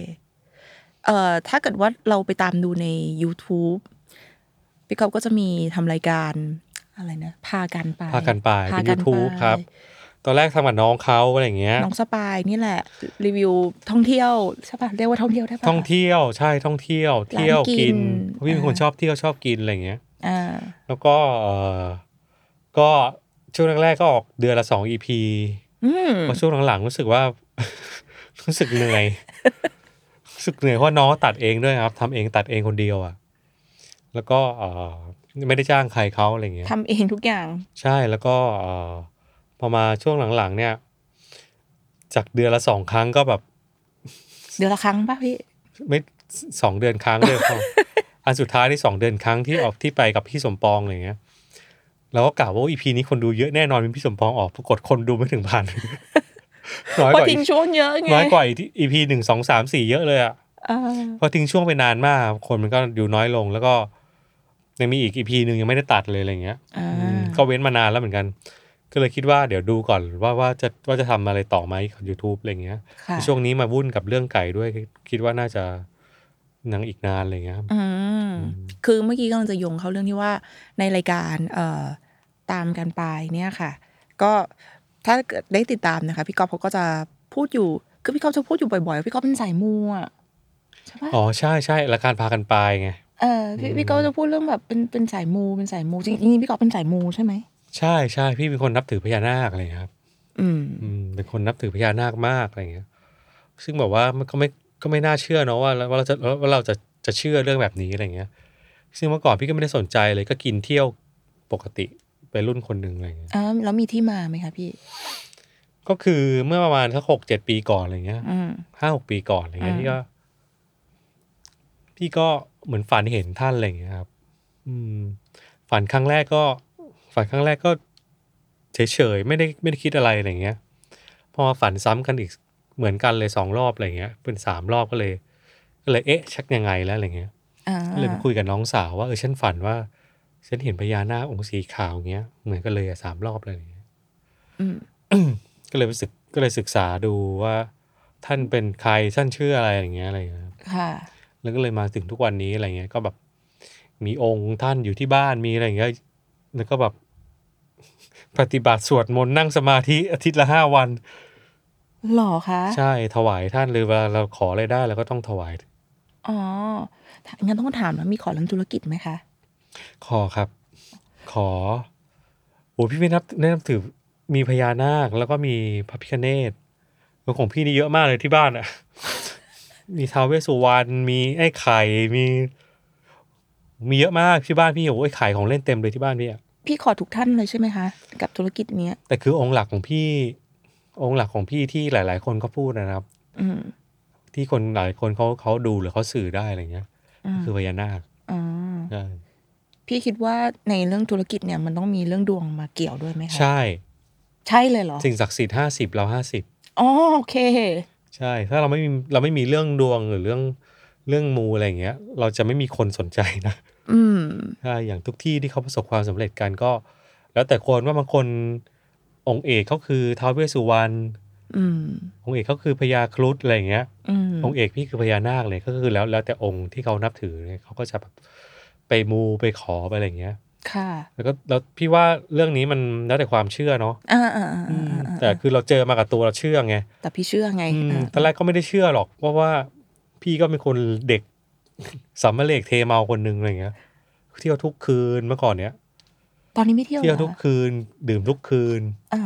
Speaker 1: เอ่อ ถ้าเกิดว่าเราไปตามดูใน YouTube พี่กอบก็จะมีทำรายการอะไรนะ พากันไป
Speaker 2: พากันไป
Speaker 1: พา
Speaker 2: เป็น
Speaker 1: กั
Speaker 2: YouTube
Speaker 1: ไป
Speaker 2: ครับ ตอนแรกทำกับน้องเขาอะไรอย่างเงี้ย
Speaker 1: น้องสปายนี่แหละ รีวิวท่องเที่ยวใช่ป่ะ เรียกว่าท่องเที่ยวได้ป่ะ
Speaker 2: ท่องเที่ยวใช่ท่องเที่ยว เที่ยว
Speaker 1: ร้านกิ
Speaker 2: กิ
Speaker 1: น
Speaker 2: นเพราะพี่เป็น
Speaker 1: อ่า
Speaker 2: คนชอบเที่ยวชอบกินอะไรอย่างเงี้ย
Speaker 1: อ่า
Speaker 2: แล้วก็เออก็ช่วงแรกๆก็ออกเดือนละสองอีพี
Speaker 1: อืม
Speaker 2: พอช่วงหลังๆรู้สึกว่า รู้สึกเหนื่อย รู้สึกเหนื่อยเพราะน้องตัดเองด้วยครับทำเองตัดเองคนเดียวอ่ะแล้วก็เออไม่ได้จ้างใครเขาอะไรอย่างเงี้ย
Speaker 1: ทำเองทุกอย่าง
Speaker 2: ใช่แล้วก็เอ่อพอมาช่วงหลังๆ เนี่ย จากเดือนละสองครั้งก็แบบ
Speaker 1: เดือนละครั้งป่ะพี่
Speaker 2: ไม่สสองเดือนครั้งเลย พอ อันสุดท้ายที่สองเดือนครั้งที่ออกที่ไปกับพี่สมปองอะไรเงี้ยเราก็กล่าวว่าอีพีนี้คนดูเยอะแน่นอนเป็นพี่สมปองออกปรากฏคนดูไม่ถึงพัน น้อย
Speaker 1: พอ
Speaker 2: กว่า
Speaker 1: ทิ้งช่วงเยอะไง
Speaker 2: น้อยกว่าอีพีหนึ่งสองสามสี่เยอะเลยอ่ะ
Speaker 1: เออ
Speaker 2: พอทิ้งช่วงไปนานมาก คนมันก็อยู่น้อยลง แล้วก็ยังมีอีกอีพีหนึ่งยังไม่ได้ตัดเลยอะไรเงี้ย
Speaker 1: อ่า
Speaker 2: อืมก็เว้นมานานแล้วเหมือนกัน ก็เลยคิดว่าเดี๋ยวดูก่อนว่าว่าจะว่าจะทำอะไรต่อไหมของ YouTube อะไรเงี้ย
Speaker 1: ค่ะ
Speaker 2: ช่วงนี้มาวุ่นกับเรื่องไก่ด้วยคิดคิดว่าน่าจะหนังอีกนานอะไรเงี้ยครับ
Speaker 1: อืม
Speaker 2: อืม
Speaker 1: คือเมื่อกี้กำลังจะโยงเข้าเรื่องที่ว่าในรายการเอ่อตามกันไปเนี่ยค่ะ ก็ถ้าเกิดได้ติดตามนะคะ พี่ก๊อฟเขาก็จะพูดอยู่คือพี่ก๊อฟจะพูดอยู่บ่อยๆว่าพี่ก๊อฟเป็นสายมูอะใช่ปะ
Speaker 2: อ๋อใช่ใช่ละการพากันไปไง
Speaker 1: เออพี่
Speaker 2: อืม
Speaker 1: พี่ก๊อฟจะพูดเรื่องแบบเป็นเป็นสายมูเป็นสายมูจริงๆพี่ก๊อฟเป็นสายมูใช่ไหม
Speaker 2: ใช่ใช่พี่เป็นคนนับถือพญานาคอะไรเงี้ยครับ
Speaker 1: อืม
Speaker 2: อืมเป็นคนนับถือพญานาคมากอะไรเงี้ย ซึ่งแบบว่ามันก็ไม่ก็ไม่น่าเชื่อเนาะว่าว่าเราจะว่าเราจะจะเชื่อเรื่องแบบนี้อะไรเงี้ย ซึ่งเมื่อก่อนพี่ก็ไม่ได้สนใจเลยก็กินเที่ยวปกติเป็นรุ่นคนหนึ่งอะไรเงี้ย
Speaker 1: อ่าแล้วมีที่มาไหมคะพี่
Speaker 2: ก็คือเมื่อประมาณสักหกเจ็ดปีก่อนอะไรเงี้ย
Speaker 1: อืม
Speaker 2: ห้าหกปีก่อนอะไรเงี้ย
Speaker 1: อืม
Speaker 2: พี่ก็ พี่ก็เหมือนฝันเห็นท่านอะไรเงี้ยครับ อืม ฝันครั้งแรกก็ ฝันครั้งแรกก็เฉยๆไม่ได้ไม่ได้คิดอะไรอะไรเงี้ย พอฝันซ้ำกันอีกเหมือนกันเลยสองรอบอะไรเงี้ย เป็นสามรอบก็เลย ก็เลยเอ๊ะ ชักยังไงแล้วอะไรเงี้ย
Speaker 1: อ่า
Speaker 2: ก็เลยไปคุยกับน้องสาวว่าเออฉันฝันว่าฉันเห็นพญานาคองค์สีขาวเงี้ยเหมือนกันเลยอะสามรอบเลยอะไรเงี้ย
Speaker 1: อืม
Speaker 2: ก็เลยไปศึกก็เลยศึกษาดูว่า ท่านเป็นใครท่านชื่ออะไรอย่างเงี้ยอะไรอย่างเงี้ยครับ
Speaker 1: ค่ะ
Speaker 2: แล้วก็เลยมาถึงทุกวันนี้อะไรเงี้ยก็แบบ มีองค์ท่านอยู่ที่บ้านมีอะไรอย่างเงี้ยแล้วก็แบบ ปฏิบัติสวดมนต์นั่งสมาธิอาทิตย์ละห้าวัน
Speaker 1: หล่อคะ
Speaker 2: ใช่ถวายท่านหรือเวลาเราขออะไรได้เราก็ต้องถวาย
Speaker 1: อ๋องั้นต้องถามแล้วมีขอเรื่องธุรกิจไหมคะ
Speaker 2: ขอครับ ขอโอ้พี่ไม่นับไม่นับถือมีพญานาคแล้วก็มีพระพิฆเนศของพี่นี่เยอะมากเลยที่บ้านอ่ะ มีท้าวเวสสุวรรณมีไอ้ไข่มี มีเยอะมากที่บ้านพี่โอ้โหไอ้ไข่ของเล่นเต็มเลยที่บ้านพี่อะ
Speaker 1: พี่ขอทุกท่านเลยใช่ไหมคะ กับธุรกิจเนี้ย
Speaker 2: แต่คือองค์หลักของพี่ องค์หลักของพี่ที่หลาย ๆ คนก็พูดนะครับ
Speaker 1: อืม
Speaker 2: ที่คนหลายคนเขาเขาดูหรือเขาสื่อได้อะไรเงี้ย
Speaker 1: อืม
Speaker 2: ก็คือพญานาค
Speaker 1: อ๋อ
Speaker 2: ใช่
Speaker 1: พี่คิดว่าในเรื่องธุรกิจเนี่ยมันต้องมีเรื่องดวงมาเกี่ยวด้วยไหมคะ
Speaker 2: ใช่
Speaker 1: ใช่เลยเหรอ
Speaker 2: สิ่งศักดิ์สิทธิ์ห้าสิบเราห้าสิบ
Speaker 1: อ๋อโอเค
Speaker 2: ใช่ ถ้าเราไม่มีเราไม่มีเรื่องดวงหรือเรื่องเรื่องมูอะไรอย่างเงี้ย เราจะไม่มีคนสนใจนะ
Speaker 1: อืม
Speaker 2: ใช่อย่างทุกที่ที่เขาประสบความสำเร็จกันก็ แล้วแต่คนว่าบางคนองค์เอกเขาคือท้าวเวสสุวรรณ
Speaker 1: อืม
Speaker 2: องค์เอกเขาคือพญาครุฑอะไรอย่างเงี้ย
Speaker 1: อืม
Speaker 2: องค์เอกพี่คือพญานาคเลยก็คือแล้วแล้วแต่องค์ที่เขานับถือเนี่ยเขาก็จะแบบไปมูไปขอไปอะไรอย่างเงี้ย
Speaker 1: ค่ะ
Speaker 2: แล้วก็แล้วพี่ว่าเรื่องนี้มันแล้วแต่ความเชื่อเนาะ
Speaker 1: อ่าอ่าอ่าอ่าอ่า
Speaker 2: แต่คือเราเจอมากับตัวเราเชื่อไง
Speaker 1: แต่พี่เชื่อไง
Speaker 2: อืม
Speaker 1: อ่า
Speaker 2: ตอนแรกก็ไม่ได้เชื่อหรอกเพราะว่าพี่ก็เป็นคนเด็ก สัมมาเลกเทเมาคนหนึ่งอะไรเงี้ยเที่ยวทุกคืนเมื่อก่อนเนี้ย
Speaker 1: ตอนนี้ไม่เที่ยว
Speaker 2: เที่ย
Speaker 1: ห
Speaker 2: ว
Speaker 1: รอ
Speaker 2: ทุกคืน ดื่มทุกคืน
Speaker 1: อ่า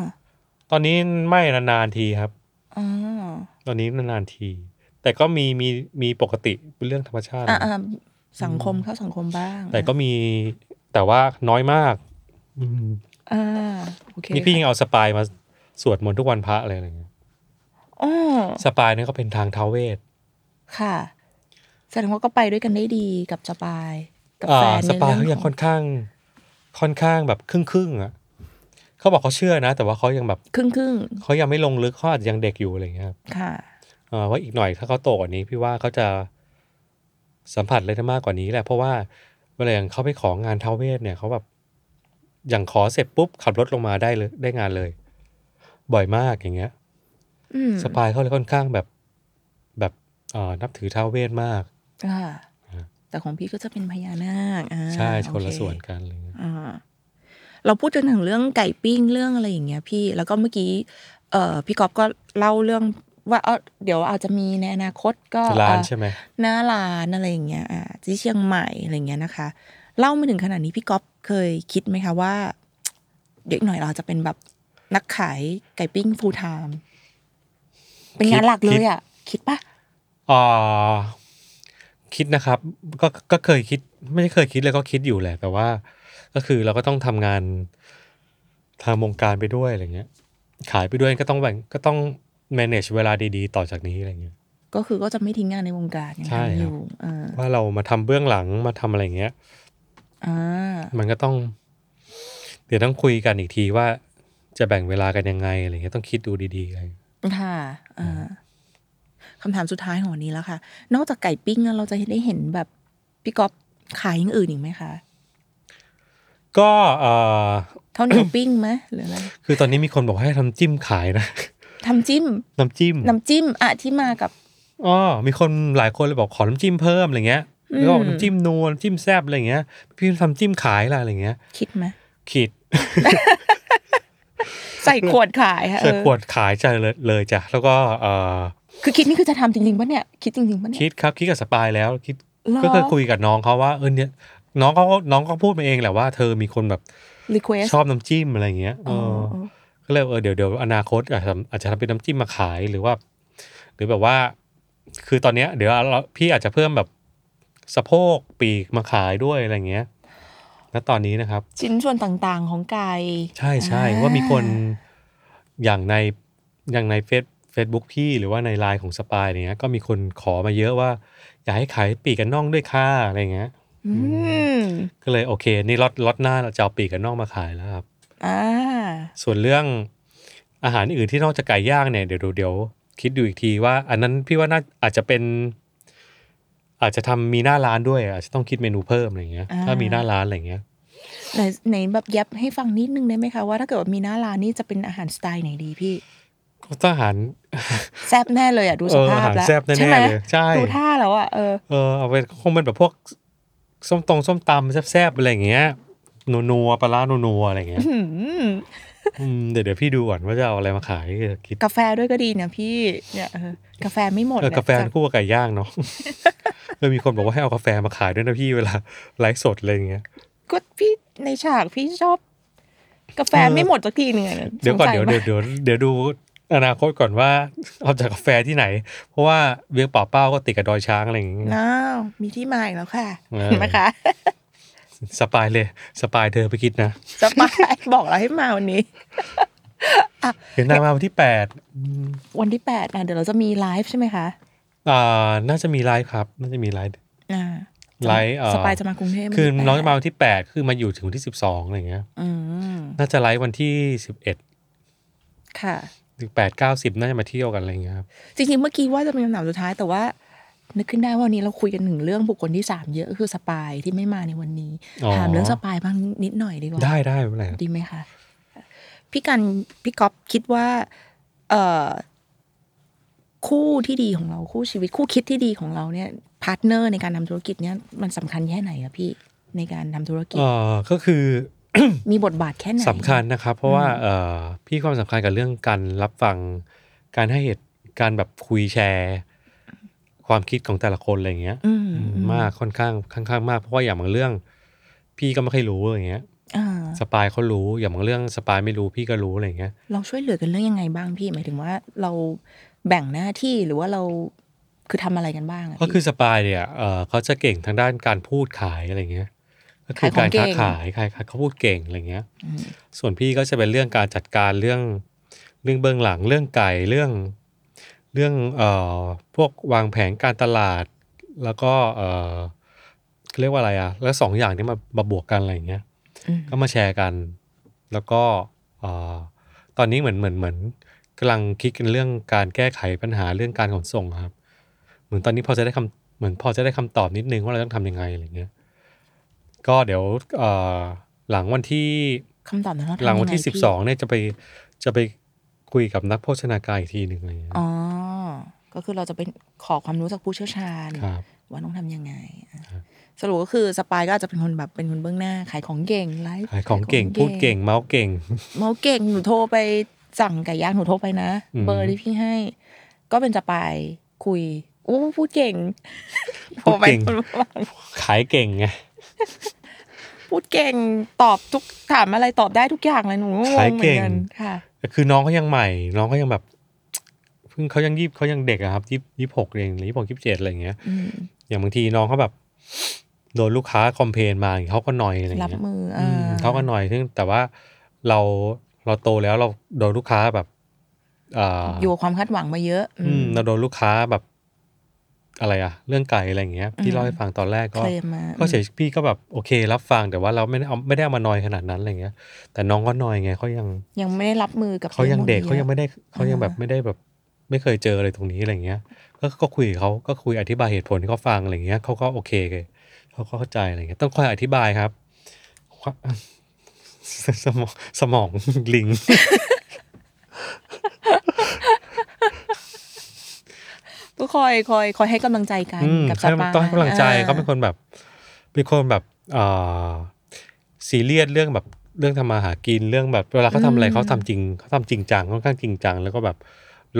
Speaker 2: ตอนนี้ไม่นานๆทีครับ
Speaker 1: อ๋อ
Speaker 2: ตอนนี้นานๆที แต่ก็มีมีมีปกติเป็นเรื่องธรรมชาติ
Speaker 1: อ่า
Speaker 2: นะ
Speaker 1: อ่าสังคมเข้าสังคมบ้าง
Speaker 2: แต่ก็มีแต่ว่าน้อยมากอืม
Speaker 1: อ่าโอเค
Speaker 2: นี่พี่ยังเอาสปายมาสวดมนต์ทุกวันพระอะไรอะไรเงี้ย
Speaker 1: อ๋อ
Speaker 2: สปายเนี่ยก็เป็นทางท้าวเวท
Speaker 1: ค่ะ แสดงว่าก็ไปด้วยกันได้ดีกับสปายกับ
Speaker 2: อ่า
Speaker 1: แฟน
Speaker 2: ส
Speaker 1: ใน
Speaker 2: ปา
Speaker 1: เรื่อง
Speaker 2: เขายัง
Speaker 1: ขอ
Speaker 2: ค่
Speaker 1: ง
Speaker 2: อนข้าง ค่อนข้างแบบครึ่งครึ่งๆอ่ะเขาบอกเขาเชื่อนะ แต่ว่าเขายังแบบ
Speaker 1: ครึ่งครึ่ง
Speaker 2: เขายังไม่ลงลึกเขาอาจจะยังเด็กอยู่อะไรอย่างเงี้ยครับ
Speaker 1: ๆค่ะ
Speaker 2: เอ่อว่าอีกหน่อยถ้าเขาโตกว่านี้พี่ว่าเขาจะสัมผัสอะไรได้มากกว่านี้แหละเพราะว่าเวลาอย่างเขาไปของานเทาวเวศเนี่ยเขาแบบอย่างขอเสร็จปุ๊บขับรถลงมาได้เลยได้งานเลย บ่อยมากอย่างเงี้ย
Speaker 1: อืม
Speaker 2: สปายเขาเลยค่อนข้างแบบแบบเอ่อนับถือเทาวเวศมาก
Speaker 1: ค่ะ
Speaker 2: อ่า
Speaker 1: แต่ของพี่ก็จะเป็นพญานาคอ่า
Speaker 2: ใช่คนละ
Speaker 1: โอเ
Speaker 2: ส่วนกันอะไรเงี้ย
Speaker 1: อ่าเราพูดจนถึงเรื่องไก่ปิ้งเรื่องอะไรอย่างเงี้ยพี่ แล้วก็เมื่อกี้เอ่อพี่กอบก็เล่าเรื่องว่าเอ้อเดี๋ยวอาจจะมีในอนาคตก็
Speaker 2: ร้าน
Speaker 1: อ่ะ
Speaker 2: ใช่ไหม
Speaker 1: หน้าร้านอะไรอย่างเงี้ยอ่าที่เชียงใหม่อะไรอย่างเงี้ยนะคะ เล่ามาถึงขนาดนี้พี่กอบเคยคิดไหมคะว่า เด็กหน่อยเราจะเป็นแบบนักขายไก่ปิ้ง full time เป็นงานหลักเลยอ่ะ คิดปะ
Speaker 2: อ่าคิดนะครับก็ก็เคยคิด ไม่ได้เคยคิดเลยก็คิดอยู่แหละ แต่ว่า ก็คือเราก็ต้องทำงานทางวงการไปด้วยอะไรเงี้ย ขายไปด้วยก็ต้องแบ่งก็ต้อง manage เวลาดีๆ ต่อจากนี้อะไรเงี้ย
Speaker 1: ก็คือก็จะไม่ทิ้งงานในวงการยัง
Speaker 2: ใช่
Speaker 1: ทำอ
Speaker 2: ครับ
Speaker 1: ยู่เออ
Speaker 2: ว่าเรามาทำเบื้องหลังมาทำอะไรเงี้ย
Speaker 1: อ่า
Speaker 2: มันก็ต้อง เดี๋ยวต้องคุยกันอีกทีว่า จะแบ่งเวลากันยังไงอะไรเงี้ยต้องคิดดูดีๆอะไรเงี้ย
Speaker 1: ค่ะอ่า คำถามสุดท้ายของวันนี้แล้วค่ะ นอกจากไก่ปิ้งอะเราจะได้เห็นแบบพี่ก๊อฟขายอย่างอื่นอีกไหมคะ
Speaker 2: ก็เอ่อ
Speaker 1: เท่าเหนียว ปิ้งไหมหรืออะไร
Speaker 2: คือตอนนี้มีคนบอกให้ทำจิ้มขายนะ
Speaker 1: ทำจิ้ม
Speaker 2: น้ำจิ้ม
Speaker 1: น้ำจิ้มอะที่มากับ
Speaker 2: อ๋อมีคนหลายคนเลยบอกขอน้ำจิ้มเพิ่มอะไรเงี้ย
Speaker 1: อืม
Speaker 2: แล้วก็บอกน้ำจิ้มนัวน้ำจิ้มแซบอะไรเงี้ย พี่ทำจิ้มขายล่ะอะไรเงี้ย
Speaker 1: คิดไหม
Speaker 2: ขีด
Speaker 1: ใส่ขวดขายค่ะเอ
Speaker 2: ใส่
Speaker 1: อ
Speaker 2: ขวดขายจะเลยเลยจ้ะแล้วก็เอ่อ
Speaker 1: คือคิดนี่คือจะทำจริงๆปะเนี่ย คิดจริงๆปะเนี่ย
Speaker 2: คิดครับคิดกับสปายแล้วคิด
Speaker 1: หรอ
Speaker 2: ก็เคยคุยกับน้องเขาว่าเออเนี่ยน้องเขาน้องเขาพูดมาเองแหละว่าเธอมีคนแบบ
Speaker 1: request
Speaker 2: ชอบน้ำจิ้มอะไรเงี้ยเอ
Speaker 1: อ๋อ
Speaker 2: ออก็เลยเออเดี๋ยวเดี๋ยวอนาคตอาจจะอาจจะทำเป็นน้ำจิ้มมาขายหรือว่า หรือแบบว่า คือตอนเนี้ยเดี๋ยวเราพี่อาจจะเพิ่มแบบสะโพกปีกมาขายด้วยอะไรเงี้ยณตอนนี้นะครับ
Speaker 1: ชิ้นส่วนต่างๆของไก่
Speaker 2: ใช่ใช่ว่ามีคนอย่างในอย่างในเฟซเฟซบุ๊กพี่หรือว่าในไลน์ของสปายเนี้ยก็มีคนขอมาเยอะว่า อยากให้ขายปีกกันน่องด้วยค่าอะไรเงี้ย
Speaker 1: อืม
Speaker 2: ก็เลยโอเค นี่ล็อตล็อตหน้าเราจะเอาปีกกันน่องมาขายแล้วครับ
Speaker 1: อ่า
Speaker 2: ส่วนเรื่องอาหารอื่นที่นอกจากไก่ย่างเนี่ยเดี๋ยวเดี๋ยวเดี๋ยวคิดดูอีกทีว่า อันนั้นพี่ว่าน่าอาจจะเป็น อาจจะทำมีหน้าร้านด้วยอาจจะต้องคิดเมนูเพิ่มอะไรเงี้ยถ้ามีหน้าร้านอะไรเงี้ย
Speaker 1: ไหนไหนแบบแยบให้ฟังนิดนึงได้ไหมคะว่าถ้าเกิดว่ามีหน้าร้านนี่จะเป็นอาหารสไตล์ไหนดีพี่
Speaker 2: ทหาร
Speaker 1: แซบแน่เลยอ่ะดูส
Speaker 2: เออ
Speaker 1: ภา
Speaker 2: อา
Speaker 1: พ
Speaker 2: หาร
Speaker 1: แล้ว
Speaker 2: แซ่บแน่
Speaker 1: ไหม
Speaker 2: ๆเลยใช่
Speaker 1: ดูท่าแล้วอ่ะเออ
Speaker 2: เออเอาเป็นคงเป็นแบบพวกส้มตรงส้มตำแซ่บๆอะไรอย่างเงี้ยนัวๆปลาร้านัวๆอะไรอย่างเงี้ย
Speaker 1: อื้อหือ
Speaker 2: อืมเดี๋ยวเดี๋ยวพี่ดูก่อนว่าจะเอาอะไรมาขายคิด
Speaker 1: กาแฟด้วยก็ดีเนี่ยพี่เนี่ยเออกาแฟไม่หมด
Speaker 2: เออ
Speaker 1: นะ
Speaker 2: กาแฟ
Speaker 1: จาก
Speaker 2: คู่กับไก่ย่าง เนาะ เออมีคนบอกว่าให้เอากาแฟมาขายด้วยนะพี่เวลาไลฟ์สดอะไรอย่างเงี้ย
Speaker 1: ก็พี่ในฉากพี่ชอบ กาแฟ
Speaker 2: เออ
Speaker 1: ไม่หมดสักทีหนึ่งอะ
Speaker 2: เดี๋ยวก่อน
Speaker 1: สงสั
Speaker 2: เดี๋ย
Speaker 1: มา
Speaker 2: วเดี๋ยวเดี๋ยวเดี๋ยวดูอนาคตก่อนว่าเอาจากกาแฟที่ไหน เพราะว่าเวียงป่าเป้าก็ติดกับดอยช้างอะไรอย่างเงี้ย
Speaker 1: อ้าวมีที่มาอีกแล้วค่ะ
Speaker 2: เออ
Speaker 1: เห็นไหมคะ
Speaker 2: สปายเลยสปายเธอไปคิดนะ
Speaker 1: สปายบอกเราให้มาวันนี้
Speaker 2: เห็นนางมาวันที่แปดอืม
Speaker 1: วันที่แปดอ่ะเดี๋ยวเราจะมีไลฟ์ใช่ไหมคะ
Speaker 2: อ่าน่าจะมีไลฟ์ครับ น่าจะมีไลฟ์
Speaker 1: อ่า
Speaker 2: ไลฟ์เอ่อ
Speaker 1: สปายจะมากรุงเทพวั
Speaker 2: คือ
Speaker 1: ที่
Speaker 2: น้องจะ
Speaker 1: แป
Speaker 2: มา
Speaker 1: ด
Speaker 2: วันที่ 8 คือมาอยู่ถึงวันที่ 12อะไรเงี้ย
Speaker 1: อืม
Speaker 2: น่าจะไลฟ์วันที่ 11
Speaker 1: ค่ะ
Speaker 2: ถึง8 9 0 น่าจะมาเที่ยวกันอะไรเงี้ยครับ
Speaker 1: จริงๆเมื่อกี้ว่าจะเป็นคำถามสุดท้ายแต่ว่า นึกขึ้นได้ว่าวันนี้เราคุยกันถึงเรื่องบุคคลที่สามเยอะก็คือสปายที่ไม่มาในวันนี้
Speaker 2: อ๋อ
Speaker 1: ถามเรื่องสปายบ้างนิดหน่อยดีกว่า
Speaker 2: ได้ได้ไม่เป็นไรครับ
Speaker 1: ดีไหมคะ พี่กันพี่ก๊อฟคิดว่า เออคู่ที่ดีของเราคู่ชีวิต คู่คิดที่ดีของเราเนี่ยพาร์ทเนอร์ในการทำธุรกิจเนี่ยมันสำคัญแค่ไหนอะพี่ในการทำธุรกิจ
Speaker 2: เอ่อก็คือ
Speaker 1: มีบทบาทแค่ไหน
Speaker 2: สำคัญนะครับ เพราะว่าเอ่อพี่ความสำคัญกับเรื่องการรับฟัง การให้เหตุการแบบคุยแชร์ ความคิดของแต่ละคนอะไรเงี้ย
Speaker 1: อืม
Speaker 2: อืม
Speaker 1: อื
Speaker 2: มากค่อนข้างค่อนข้างมากเพราะว่าอย่างบางเรื่อง พี่ก็ไม่เคอยรู้อย่างเงี้ย
Speaker 1: อ่า
Speaker 2: สปายเขารู้อย่างบางเรื่องสปายไม่รู้พี่ก็รู้อะไรเงี้ย
Speaker 1: เราช่วยเหลือกันเรื่องยังไงบ้างพี่หมายถึงว่าเราแบ่งหน้าที่หรือว่าเราคือทำอะไรกันบ้างะพี่
Speaker 2: ก็คือสปายเนี่ยเอ่อเขาจะเก่งทางด้านการพูดขายอะไรเงี้ย ก็คือการค้าขายขายขายเขาพูดเก่งอะไรเงี้ย
Speaker 1: อืม
Speaker 2: ส่วนพี่ก็จะเป็นเรื่องการจัดการเรื่องเรื่องเบื้องหลังเรื่องไก่เรื่องเรื่องเอ่อพวกวางแผนการตลาด แล้วก็เอ่อเรียกว่าอะไรอะแล้วสองอย่างนี้มามาบวกกันอะไรเงี้ย
Speaker 1: ม
Speaker 2: ก็มาแชร์กัน แล้วก็เอ่อตอนนี้เหมือนเหมือนเหมือนกำลังคิดกันเรื่องการแก้ไขปัญหาเรื่องการขนส่งครับ เหมือนตอนนี้พอจะได้คำเหมือนพอจะได้คำตอบนิดนึงว่าเราต้องทำยังไงอะไรเงี้ย ก็เดี๋ยวเอ่อหลังวันที่
Speaker 1: คำตอบนั้นเราทำ
Speaker 2: หลังวันที่
Speaker 1: ยัไ
Speaker 2: สิบสองเนี่ยจะไปจะไปคุยกับนักโภชนาการอีกทีหนึ่งอะไรเงี้ย
Speaker 1: อ๋อ ก็คือเราจะเป็นขอความรู้จากผู้เชี่ยวชาญ
Speaker 2: ครับ
Speaker 1: ว่าต้องทำยังไงอ่ะ
Speaker 2: ครับ
Speaker 1: สรุปก็คือสปายก็อาจจะเป็นคนแบบเป็นคนเบื้องหน้า ขายของเก่งไลฟ์
Speaker 2: ขายของเก่งพูดเก่งเมาส์เก่ง
Speaker 1: เมาเก่งหนูโทรไปสั่งไก่ย่างหนูโทรไปนะ
Speaker 2: อืม
Speaker 1: เบอร์ที่พี่ให้ ก็เป็นสปายคุยโอ้พูดเก่งโท
Speaker 2: พู
Speaker 1: ร
Speaker 2: ด
Speaker 1: ไป
Speaker 2: เก่ง
Speaker 1: คนบอกว่า
Speaker 2: ขายเก่งไง
Speaker 1: พูดเก่งตอบทุกถามอะไรตอบได้ทุกอย่างเลยหนูงง
Speaker 2: าย
Speaker 1: เหมื
Speaker 2: เก่
Speaker 1: อง นกันค่ะ
Speaker 2: แต่คือน้องเขายังใหม่ น้องเขายังแบบเพิ่งเขายังยี่เขายังเด็กอะครับยี่ยี่หกเองหรือยี่หกยี่เจ็ดอะไรอย่างเงี้ย
Speaker 1: อืม
Speaker 2: อย่างบางทีน้องเขาแบบโดนลูกค้าคอมเพลนมาอย่างเงี้ยเขาก็หน่อยอะไรอย่าง
Speaker 1: รับ
Speaker 2: เงี้ย
Speaker 1: มือ
Speaker 2: อื
Speaker 1: อ่าม
Speaker 2: เขาก็หน่อยซึ่งแต่ว่าเราเราโตแล้วเราโดนลูกค้าแบบอ่า
Speaker 1: อยู่กับความคาดหวังมาเยอะอื
Speaker 2: อืม
Speaker 1: ม
Speaker 2: เราโดนลูกค้าแบบอะไรอะเรื่องไก่อะไรอย่างเงี้ยที่เล่าให้ฟังตอนแรกก็
Speaker 1: เคลมมา
Speaker 2: ก็เฉยพี่ก็แบบโอเค รับฟังแต่ว่าเราไม่ได้เอาไม่ได้เอามานอยขนาดนั้นอะไรอย่างเงี้ย แต่น้องก็หนอยไงเขายัง
Speaker 1: ยังไม่ได้รับมือกับ
Speaker 2: เขายังเด็ก
Speaker 1: รื่อพ
Speaker 2: เขา
Speaker 1: วนี้
Speaker 2: ยังไม่ได้เขายังแบบไม่ได้แบบ ไม่เคยเจออะไรตรงนี้อะไรเงี้ย ก็ก็คุยกับเขาก็คุยอธิบายเหตุผลที่เขาฟังอะไรเงี้ยเขาก็โอเคเลยเขาก็เข้าใจอะไรเงี้ยต้องคอยอธิบายครับ ความสมองสมองลิง
Speaker 1: ก็คอยคอยคอยให้กำลังใจกัน
Speaker 2: อืม
Speaker 1: กับส
Speaker 2: ให้
Speaker 1: ปาย
Speaker 2: ต้องให้กำลังใจ
Speaker 1: อ่
Speaker 2: เขาเป็นคนแบบเป็นคนแบบเอ่อซีเรียสเรื่องแบบเรื่องทำมาหากินเรื่องแบบเวลาเขาทำอะไรเขาทำจริงเขาทำจริงจังค่อนข้างจริงจัง แล้วก็แบบ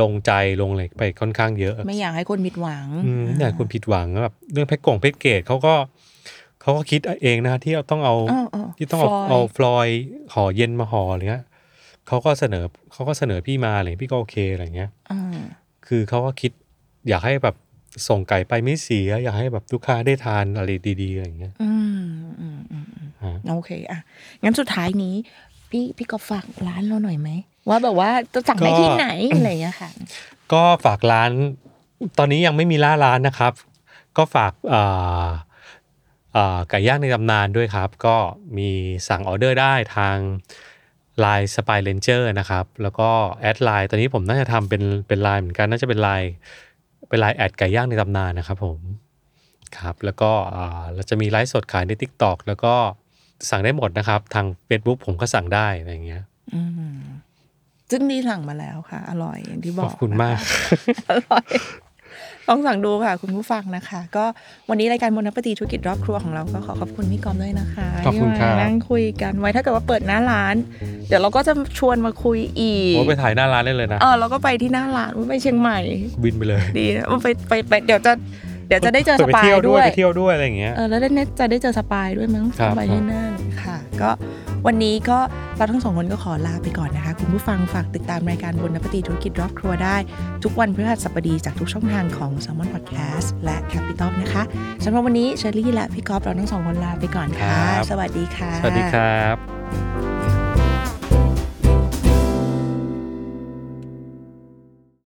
Speaker 2: ลงใจลงอะไรไปค่อนข้างเยอะ
Speaker 1: ไม่อยากให้คนผิดหวัง
Speaker 2: อืมเนี่ยคุณผิดหวังแบบเรื่องแพ็กกงแพ็กเกจเขาก็เขาก็คิดเองนะที่เราต้องเอา
Speaker 1: อ้าวาว
Speaker 2: ที่ต้อง
Speaker 1: ฟลย
Speaker 2: เอาเอาฟลอยห่อเย็นมาห่ออะไรเงี้ยเขาก็เสนอเขาก็เสนอพี่มาอะไรพี่ก็โอเคอะไรเงี้ย
Speaker 1: อ่า
Speaker 2: คือเขาก็คิด อยากให้แบบส่งไก่ไปไม่เสีย อยากให้แบบลูกค้าได้ทานอะไรดีๆอะไรเงี้ย
Speaker 1: อืมอืมอืม
Speaker 2: ฮะ
Speaker 1: โอเคอ่ะงั้นสุดท้ายนี้ พี่พี่ก็ฝากร้านเราหน่อยไหมว่าแบบว่าจะสั่งได้ที่ไหนอะไรอย่างเงี้ยค่ะ
Speaker 2: ก็ฝากร้านตอนนี้ยังไม่มีล่าร้านนะครับ ก็ฝากเอ่อเอ่อไก่ย่างในตำนานด้วยครับ ก็มีสั่งออเดอร์ได้ทาง Line s p y r a n g e r นะครับ แล้วก็แอดไลน์ตอนนี้ผมน่าจะทำเป็นเป็นไลน์เหมือนกัน น่าจะเป็นไลน์เป็นไลน์แอดไก่ย่างในตำนานนะครับผม ครับ แล้วก็อ่าเราจะมีไลฟ์สดขายใน TikTok แล้วก็สั่งได้หมดนะครับ ทาง Facebook ผมก็สั่งได้อะไรอย่างเงี้ย
Speaker 1: อืม ซึ่งดีสั่งมาแล้วค่ะ อร่อยอย่างที่บ
Speaker 2: ข
Speaker 1: อ
Speaker 2: อบ
Speaker 1: ก
Speaker 2: คุณมาก
Speaker 1: อร่อยลองสั่งดูค่ะ คุณผู้ฟังนะคะ ก็วันนี้รายการมนปฏิธุรกิจรอบครัวของเราก็ขอขอบคุณพี่กอมด้วยนะคะ
Speaker 2: ขอบคุณครับ
Speaker 1: ที่มานั่งคุยกันไว้ถ้าเกิดว่าเปิดหน้าร้าน เดี๋ยวเราก็จะชวนมาคุยอีก
Speaker 2: โอ้ยไปถ่ายหน้าร้านได้เลยนะ
Speaker 1: เออเราก็ไปที่หน้าร้านไปเชียงใหม่
Speaker 2: บินไปเลย
Speaker 1: ดีนะไปไปไปเดี๋ยวจะเดี๋ยวจะได้เจอส
Speaker 2: ไป
Speaker 1: ปาย
Speaker 2: เที่ยวด้
Speaker 1: ด้
Speaker 2: ว
Speaker 1: วย ย
Speaker 2: ไปเที่ยวด้วยอะไรอย่างเงี้ย
Speaker 1: เออแล้วได้เนี่ยจะได้เจอสปายด้วยมั้ง
Speaker 2: ครับ
Speaker 1: สปาย
Speaker 2: ครับ
Speaker 1: ที่นั่นค่ะ ก็วันนี้ก็เราทั้งสองคนก็ขอลาไปก่อนนะคะ คุณผู้ฟังฝากติดตามรายการบนนปฏิธุรกิจรอบครัวได้ ทุกวันพฤหัสบดีจากทุกช่องทางของ s ซ l m o n Podcast และ Capital นะคะสำหรับวันนี้เชอรี่และพี่กอฟเราทั้งสองคนลาไปก่อนค่ะ สวัสดีค่ะ
Speaker 2: สวัสดีครับ